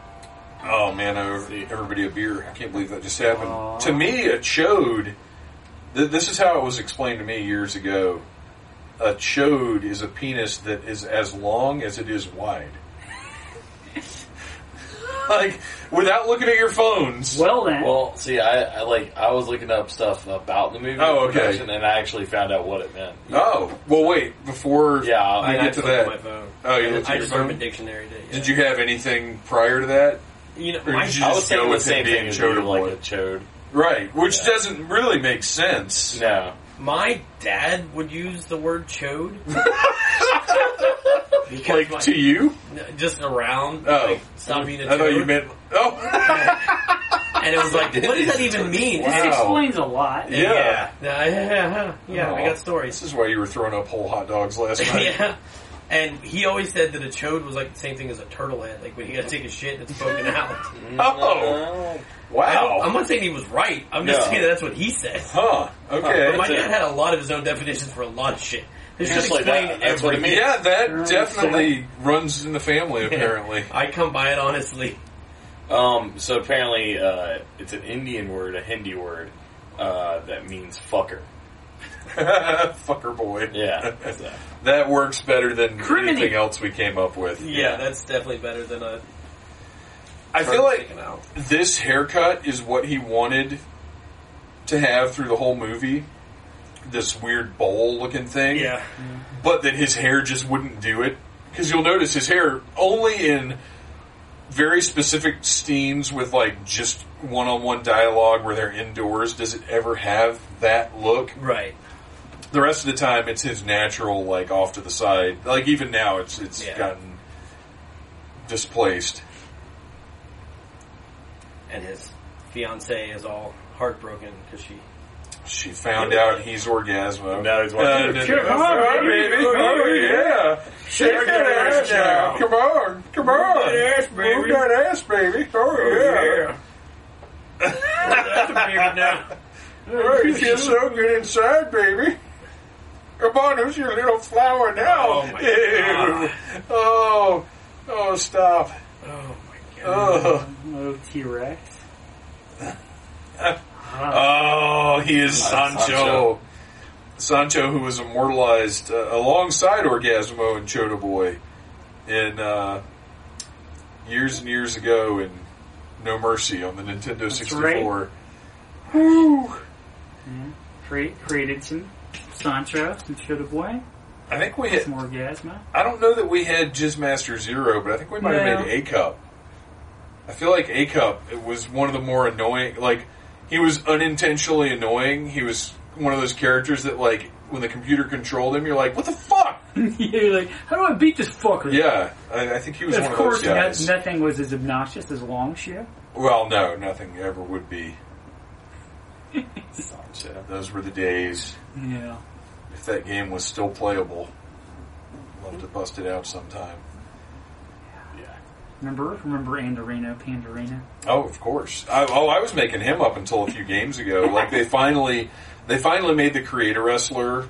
Oh man, I owe everybody a beer. I can't believe that just happened. Aw. To me, a chode, th- this is how it was explained to me years ago. A chode is a penis that is as long as it is wide. *laughs* like, without looking at your phones. Well then, Well, see, I, I like I was looking up stuff about the movie, Oh, okay. production, and I actually found out what it meant. Oh, well, wait, before Yeah, I I mean, get to just looked at that, My phone. Oh, you looked at I your just learned phone? a dictionary. To, yeah. did you have anything prior to that? You know, Or my, did you I was just go thinking the with same him being thing as chode you, like boy? a chode. Right, which Yeah. doesn't really make sense. No, my dad would use the word *laughs* chode. because Like, like, to you? n- just around. Oh. Like, stop being a chode. I thought you meant, oh! And it was *laughs* like, what does that even mean? this Wow. explains a lot. *laughs* Yeah. Oh. Yeah. Yeah, yeah, yeah, I got stories. This is why you were throwing up whole hot dogs last night. *laughs* yeah. And he always said that a chode was like the same thing as a turtle head, like when you gotta take a shit and it's poking out. *laughs* Oh. I Wow. don't, Uh-huh. I'm not saying he was right, I'm just No. saying that's what he said. huh. Okay. But my That's dad it. had a lot of his own definitions for a lot of shit. They should Just like explain that. That's what every it means. yeah, that Right. definitely runs in the family, apparently. *laughs* I come by it honestly. Um, so apparently, uh, it's an Indian word, a Hindi word, uh, that means fucker. Fucker boy. Yeah. So, That works better than Criminy. anything else we came up with. Yeah, that's definitely better than a. I feel like taken out. this haircut is what he wanted to have through the whole movie. This weird bowl looking thing. Yeah. but that his hair just wouldn't do it. Because you'll notice his hair only in very specific scenes with like just one on one dialogue where they're indoors does it ever have that look. Right. The rest of the time it's his natural like off to the side. Like even now it's it's Yeah. gotten displaced. And his fiance is all heartbroken because she. She found out he's orgasmo. Uh, Now he's watching- no, no, Sure, no. come on, Alright, baby. Oh yeah. Shake that ass now. Come on. Come on. ass, baby. Move that ass, baby. Oh, yeah. That's a favorite now. Oh, you feel so good inside, baby. Come on, who's your little flower now? Oh, my Ew. *laughs* oh, oh, stop. Um, Oh my god. Oh, Oh, T Rex. Oh, he is Sancho. Sancho. Sancho, who was immortalized uh, alongside Orgasmo and Chota Boy in uh, years and years ago in No Mercy on the Nintendo 64. Create, created some Sancho, some Shoulda Boy, I think we had, some Orgasmo. I don't know that we had Jizz Master Zero, but I think we might No. have made A Cup. I feel like A Cup it was one of the more annoying. Like he was unintentionally annoying. He was one of those characters that, like, when the computer controlled him, you're like, "What the fuck?" *laughs* You're like, how do I beat this fucker? Yeah, I, I think he was Of one of those course, no- guys. nothing was as obnoxious as Longship. well, no, nothing ever *laughs* would be. Sancho. Those were the days. Yeah. If that game was still playable, love to bust it out sometime. Yeah. Remember, remember Andorino, Pandorino. Oh, of course. I, oh, I was making him up until a few games ago. Like they finally, they finally made the creator wrestler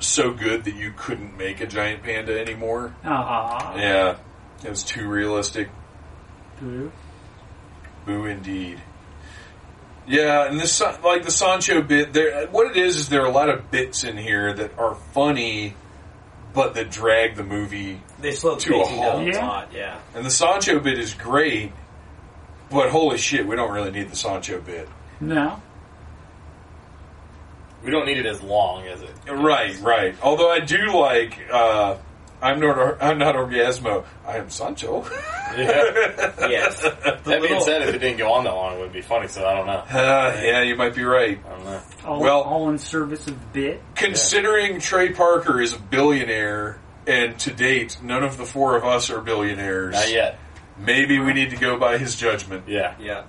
so good that you couldn't make a giant panda anymore. Ah, Yeah, it was too realistic. boo. Boo, indeed. Yeah, and this San- like the Sancho bit. There, what it is is there are a lot of bits in here that are funny, but that drag the movie They slowed To a spacing down halt. a lot. Yeah, And the Sancho bit is great, but holy shit, we don't really need the Sancho bit. No, We don't need it as long as it. Right, right. Although I do like, uh, I'm not, I'm not Orgasmo. I am Sancho. *laughs* Yeah. *laughs* yes. The that being little- said, if it didn't go on that long, it would be funny. So I don't know. Uh, yeah, you might be right. I don't know. all, Well- all in service of bit. Considering Trey Parker is a billionaire, and to date, none of the four of us are billionaires. Not yet. Maybe we need to go by his judgment. Yeah. yeah,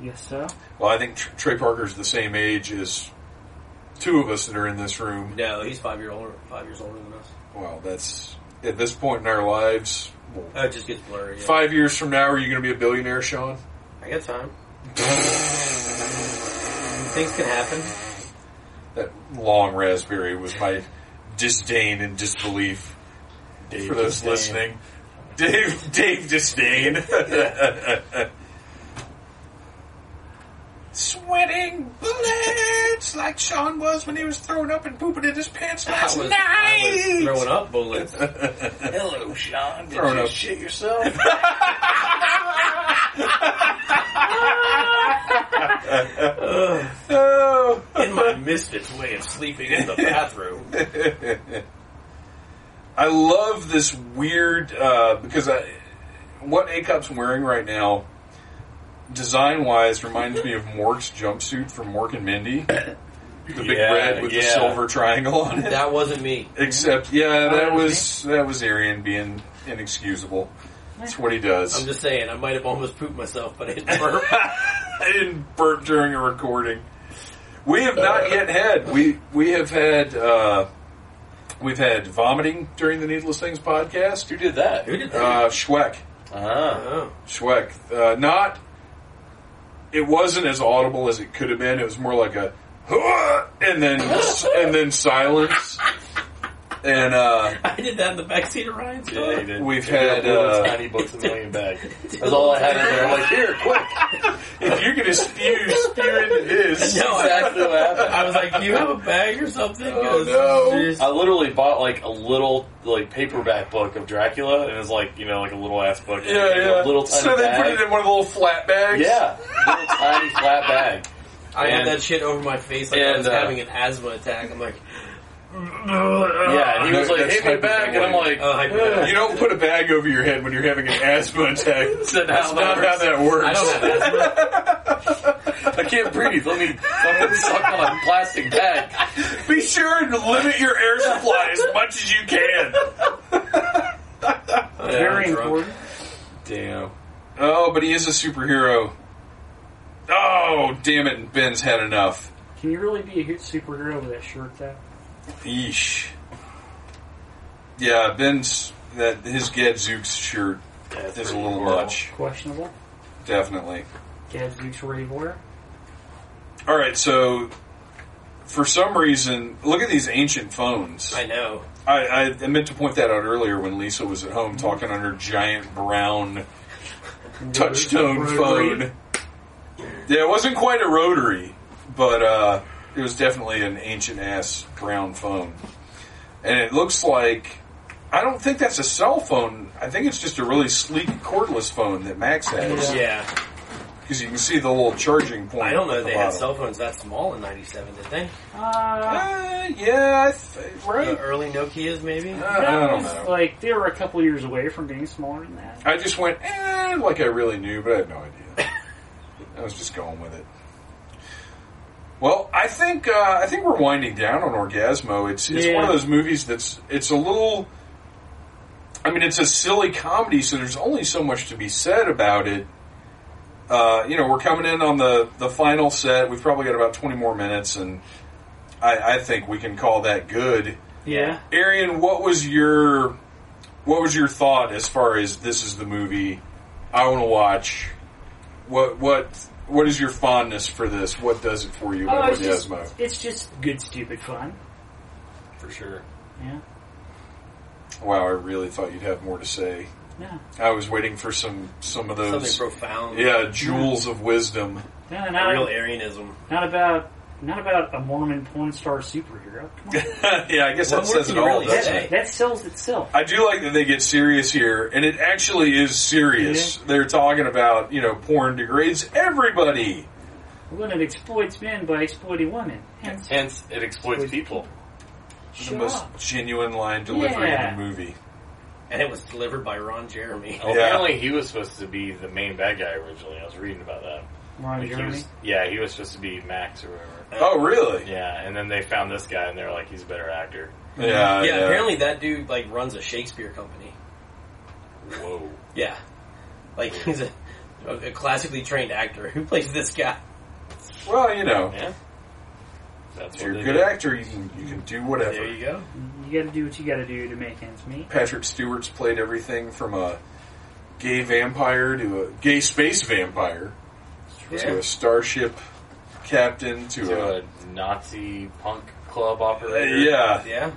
Yes, so. Well, I think Tr- Trey Parker's the same age as two of us that are in this room. no, he's five year older, five years older than us. Well, that's at this point in our lives. well, Oh, it just gets blurry. Yeah. Five years from now, are you going to be a billionaire, *laughs* Sean? I got time. Things can happen. That long raspberry was my disdain and disbelief Dave for those Mustaine. listening. Dave, Dave disdain. *laughs* Sweating bullets like Sean was when he was throwing up and pooping in his pants I last was, night. I was throwing up bullets. *laughs* Hello, Sean. Did Throwing you up. shit yourself? *laughs* Oh. in my misfit's way of sleeping in the bathroom. I love this weird uh, because I, what A Cup's wearing right now, design wise, reminds me of Mork's jumpsuit from Mork and Mindy, *coughs* the big Yeah, red with the yeah. silver triangle *laughs* on it. That wasn't me. Except, yeah, that was that was Arian being inexcusable. That's what he I'm does. just saying, I might have almost pooped myself, but I *laughs* didn't *laughs* burp. I didn't burp during a recording. We have not Uh. yet had we we have had uh, we've had vomiting during the Needless Things podcast. Who did that? Who did that? Uh, Schweck. Ah. oh. Schweck. Uh, not. It wasn't as audible as it could have been. It was more like a, "Huh," and then and then silence. And uh, I did that in the backseat of Ryan's car. Yeah, he did. We've He had one had, of those uh, tiny books in the million bag. That's all I had in there. I'm like, here, *laughs* quick. if you're gonna spew spew into *laughs* this, No, I, Exactly what happened. *laughs* I was like, do you have a bag or something? Oh, Because no. there's- I literally bought like a little like paperback book of Dracula, and it's like you know like a little ass book. yeah, Like, A yeah. little tiny so they bag. put it in one of the little flat bags. yeah, little tiny flat bag. I had And- that shit over my face like I and, was uh, having an asthma attack. I'm like, Yeah, and he No, was like, that's "Hey, my bag," and I'm like, oh, hyper- You don't put a bag over your head when you're having an asthma attack. That's "That's how not that how that works. I don't have asthma. *laughs* I can't breathe. Let me someone suck on a plastic bag." Be sure to limit your air supply as much as you can. Very I'm drunk. important. Damn. Oh, but he is a superhero. Oh, damn it, Ben's had enough. Can you really be a hit superhero with that shirt, though? Yeesh. Yeah, Ben's that his Gadzooks shirt is a little much, Questionable. definitely. Gadzooks Ray Warrior. All right, so for some reason, look at these ancient phones. I know. I, I meant to point that out earlier when Lisa was at home talking on her giant brown touch tone Rotary. phone. Yeah, it wasn't quite a rotary, but uh, it was definitely an ancient ass brown phone. And it looks like I don't think that's a cell phone. I think it's just a really sleek cordless phone that Max has Yeah, because you can see the little charging point. I don't know. at the They had bottom. cell phones that small in '97, did they? Uh, Uh, yeah, I th- The right. early Nokias, maybe. Uh, I that don't was know. like they were a couple years away from getting smaller than that. I just went eh, like I really knew, but I had no idea. I was just going with it. Well, I think uh, I think we're winding down on Orgasmo. It's it's Yeah. one of those movies that's it's a little. I mean, it's a silly comedy, so there's only so much to be said about it. Uh, you know, we're coming in on the the final set. We've probably got about 20 more minutes, and I, I think we can call that good. Yeah. Arian, what was your what was your thought as far as this is the movie I want to watch? What what what is your fondness for this? What does it for you? Oh, about it's just, Desmo? it's just good, stupid fun. for sure. Yeah. Wow, I really thought you'd have more to say. Yeah. I was waiting for some some of Something those profound. yeah jewels of wisdom. *laughs* No, A not, Real Arianism. not about not about a Mormon porn star superhero. *laughs* Come on. yeah, I guess What that more can says it you all. really doesn't say? it? that sells itself. I do like that they get serious here, and it actually is serious. They're talking about you know porn degrades everybody. When it exploits men by exploiting women. Hence, Hence, it exploits people. the shut most up. genuine line delivery Yeah. in the movie. And it was delivered by Ron Jeremy. Well, Apparently, he was supposed to be the main bad guy originally. I was reading about that. Ron Like, he Jeremy. was, yeah, he was supposed to be Max or whatever. Oh, really? Yeah, and then they found this guy, and they were like, he's a better actor. Yeah. Yeah. Yeah, apparently that dude like runs a Shakespeare company. Whoa. Yeah, like he's a, a classically trained actor *laughs* who plays this guy. Well, you know, Yeah. That's if you're a they good did. actor, you can you can do There whatever. you go. You gotta do what you gotta do to make ends meet. Patrick Stewart's played everything from a gay vampire to a gay space vampire to Yeah. a starship captain to, To a, uh, a Nazi punk club operator. yeah, Yeah.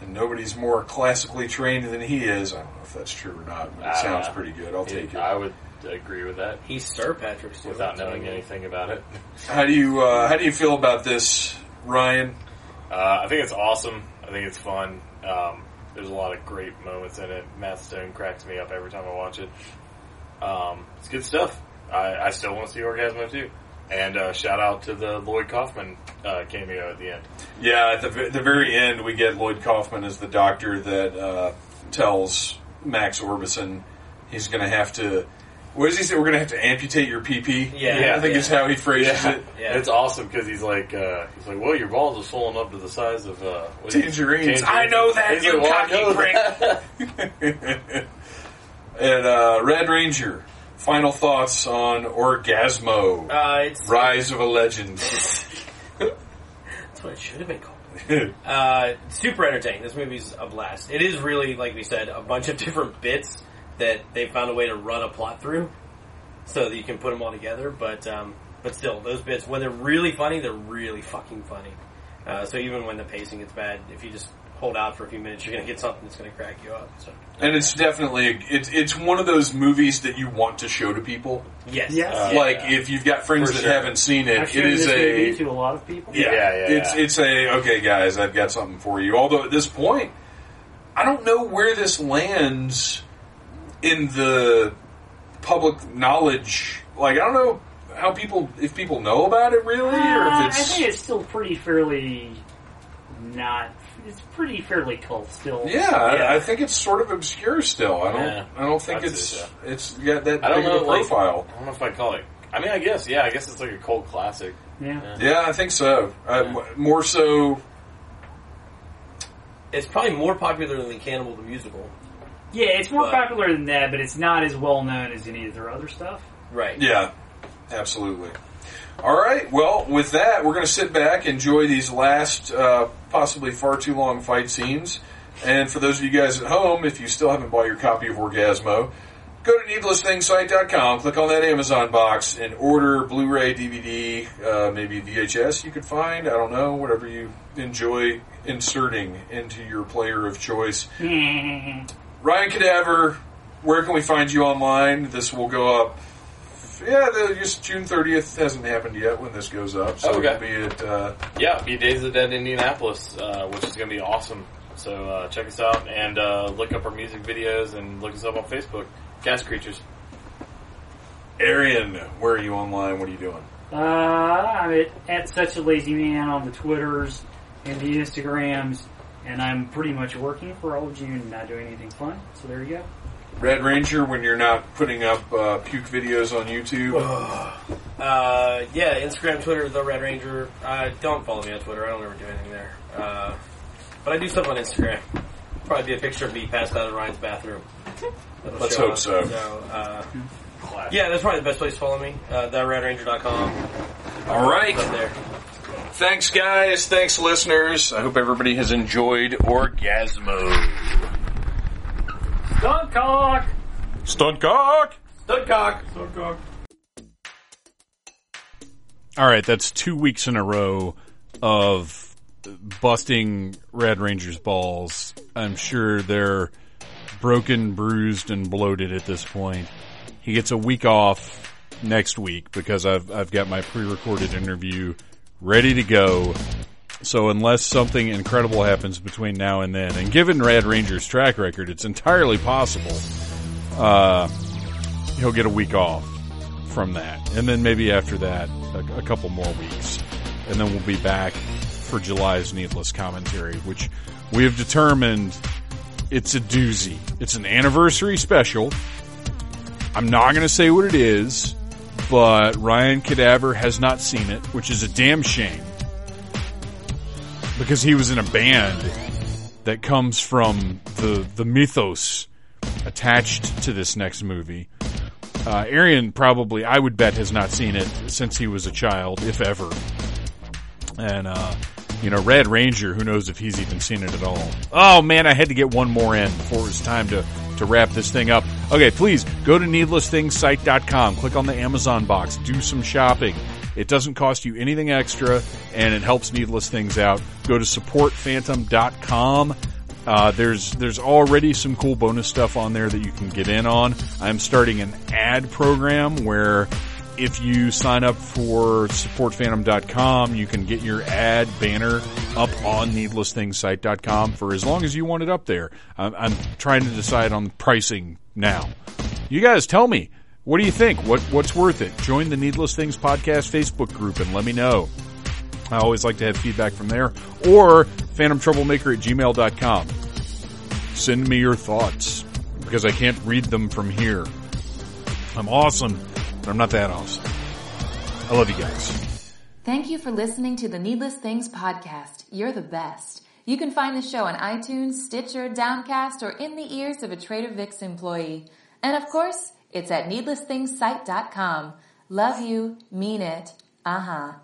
and nobody's more classically trained than he is. I don't know if that's true or not, but it Uh, sounds pretty good. I'll Yeah, take I it. would agree with that He's Sir Patrick Stewart. without knowing anything about it. How do you uh, how do you feel about this, Ryan? Uh, I think it's awesome. I think it's fun. Um, there's a lot of great moments in it. Matt Stone cracks me up every time I watch it. Um, it's good stuff. I, I still want to see Orgasmo too. And uh, shout out to the Lloyd Kaufman uh, cameo at the end. Yeah, at the, ve- the very end, we get Lloyd Kaufman as the doctor that uh, tells Max Orbison he's going to have to. What does he say? We're going to have to amputate your PP. Yeah, I think yeah. is how he phrases it. *laughs* Yeah. It's awesome because he's like, uh, he's like, well, your balls are swollen up to the size of uh, what is it? Tangerines. I know that, He's you like, well, I cocky know *laughs* prick. that. And uh, Red Ranger. Final thoughts on Orgasmo: Uh, it's, Rise of a Legend. that's what it should have been called. yeah, Uh, super entertaining. This movie's a blast. It is really, like we said, a bunch of *laughs* different bits that they found a way to run a plot through, so that you can put them all together. But um, but still, those bits when they're really funny, they're really fucking funny. Uh, so even when the pacing gets bad, if you just hold out for a few minutes, you're gonna get something that's gonna crack you up. So and it's definitely it's it's one of those movies that you want to show to people. yes, Yes. Uh, Yeah. Like if you've got friends For that sure. haven't seen it, I've it shown is this a movie to a lot of people. Yeah, Yeah, yeah, It's yeah. it's a okay, guys. I've got something for you. Although at this point, I don't know where this lands in the public knowledge. Like I don't know how people if people know about it really, or Uh, if I it's think it's still pretty fairly not. It's pretty fairly cult still. yeah. I, Yeah. I think it's sort of obscure still. I don't. Yeah. I don't think I'd it's say so. it's got that I don't big of know. a like, profile. I don't know if I call it. I mean, I guess. Yeah, I guess it's like a cult classic. Yeah. yeah, I think so. Uh, w- More so. it's probably more popular than Cannibal the Musical. Yeah, it's more But- popular than that, but it's not as well known as any of their other stuff. Right. Yeah, absolutely. All right. Well, with that, we're going to sit back, enjoy these last, uh, possibly far too long fight scenes. And for those of you guys at home, if you still haven't bought your copy of Orgasmo, go to needlessthingsite.com, click on that Amazon box, and order Blu-ray, DVD, uh, maybe VHS you could find. I don't know, whatever you enjoy inserting into your player of choice. Ryan Cadaver, where can we find you online? This will go up Yeah, the, just June 30th hasn't happened yet when this goes up, so Okay. it'll be at uh, Yeah, be Days of the Dead Indianapolis, uh, which is going to be awesome. So uh, check us out and uh, look up our music videos and look us up on Facebook. Gas Creatures. Arian. Where are you online? What are you doing? Uh, I'm at, at such a lazy man on the Twitters and the Instagrams, and I'm pretty much working for all of June, and not doing anything fun. So there you go. Red Ranger, when you're not putting up uh, puke videos on YouTube, Uh, yeah, Instagram, Twitter, The Red Ranger. Uh, don't follow me on Twitter. I don't ever do anything there. Uh, but I do stuff on Instagram. Probably be a picture of me passed out in Ryan's bathroom. That'll Let's show hope up. so. uh, yeah, that's probably the best place to follow me. Uh, TheRedRanger.com. all right. Up there. Thanks, guys. Thanks, listeners. I hope everybody has enjoyed Orgasmo. Dog cock! Stuntcock! Dudcock! All right, that's two weeks in a row of busting Red Ranger's balls. I'm sure they're broken, bruised, and bloated at this point. He gets a week off next week because I've I've got my pre-recorded interview ready to go. So unless something incredible happens between now and then, and given Red Ranger's track record, it's entirely possible uh, he'll get a week off from that. And then maybe after that, a, a couple more weeks. And then we'll be back for July's needless commentary, which we have determined it's a doozy. It's an anniversary special. I'm not going to say what it is, but Ryan Cadaver has not seen it, which is a damn shame because he was in a band that comes from the, the mythos attached to this next movie. Uh, Arian probably, I would bet, has not seen it since he was a child, if ever. And, uh, you know, Red Ranger, who knows if he's even seen it at all. Oh man, I had to get one more in before it was time to, to wrap this thing up. Okay, please go to needlessthingssite.com, click on the Amazon box, do some shopping. It doesn't cost you anything extra and it helps Needless Things out. Go to supportphantom.com. Uh, there's there's already some cool bonus stuff on there that you can get in on. I'm starting an ad program where if you sign up for supportphantom.com, you can get your ad banner up on needlessthingssite.com for as long as you want it up there. I'm, I'm trying to decide on pricing now. You guys tell me, what do you think? What what's worth it? Join the Needless Things podcast Facebook group and let me know. I always like to have feedback from there or phantomtroublemaker at gmail.com. Send me your thoughts because I can't read them from here. I'm awesome, but I'm not that awesome. I love you guys. Thank you for listening to the Needless Things podcast. You're the best. You can find the show on iTunes, Stitcher, Downcast, or in the ears of a Trader Vic's employee. And of course, it's at needlessthingssite.com. Love you, mean it. Uh huh.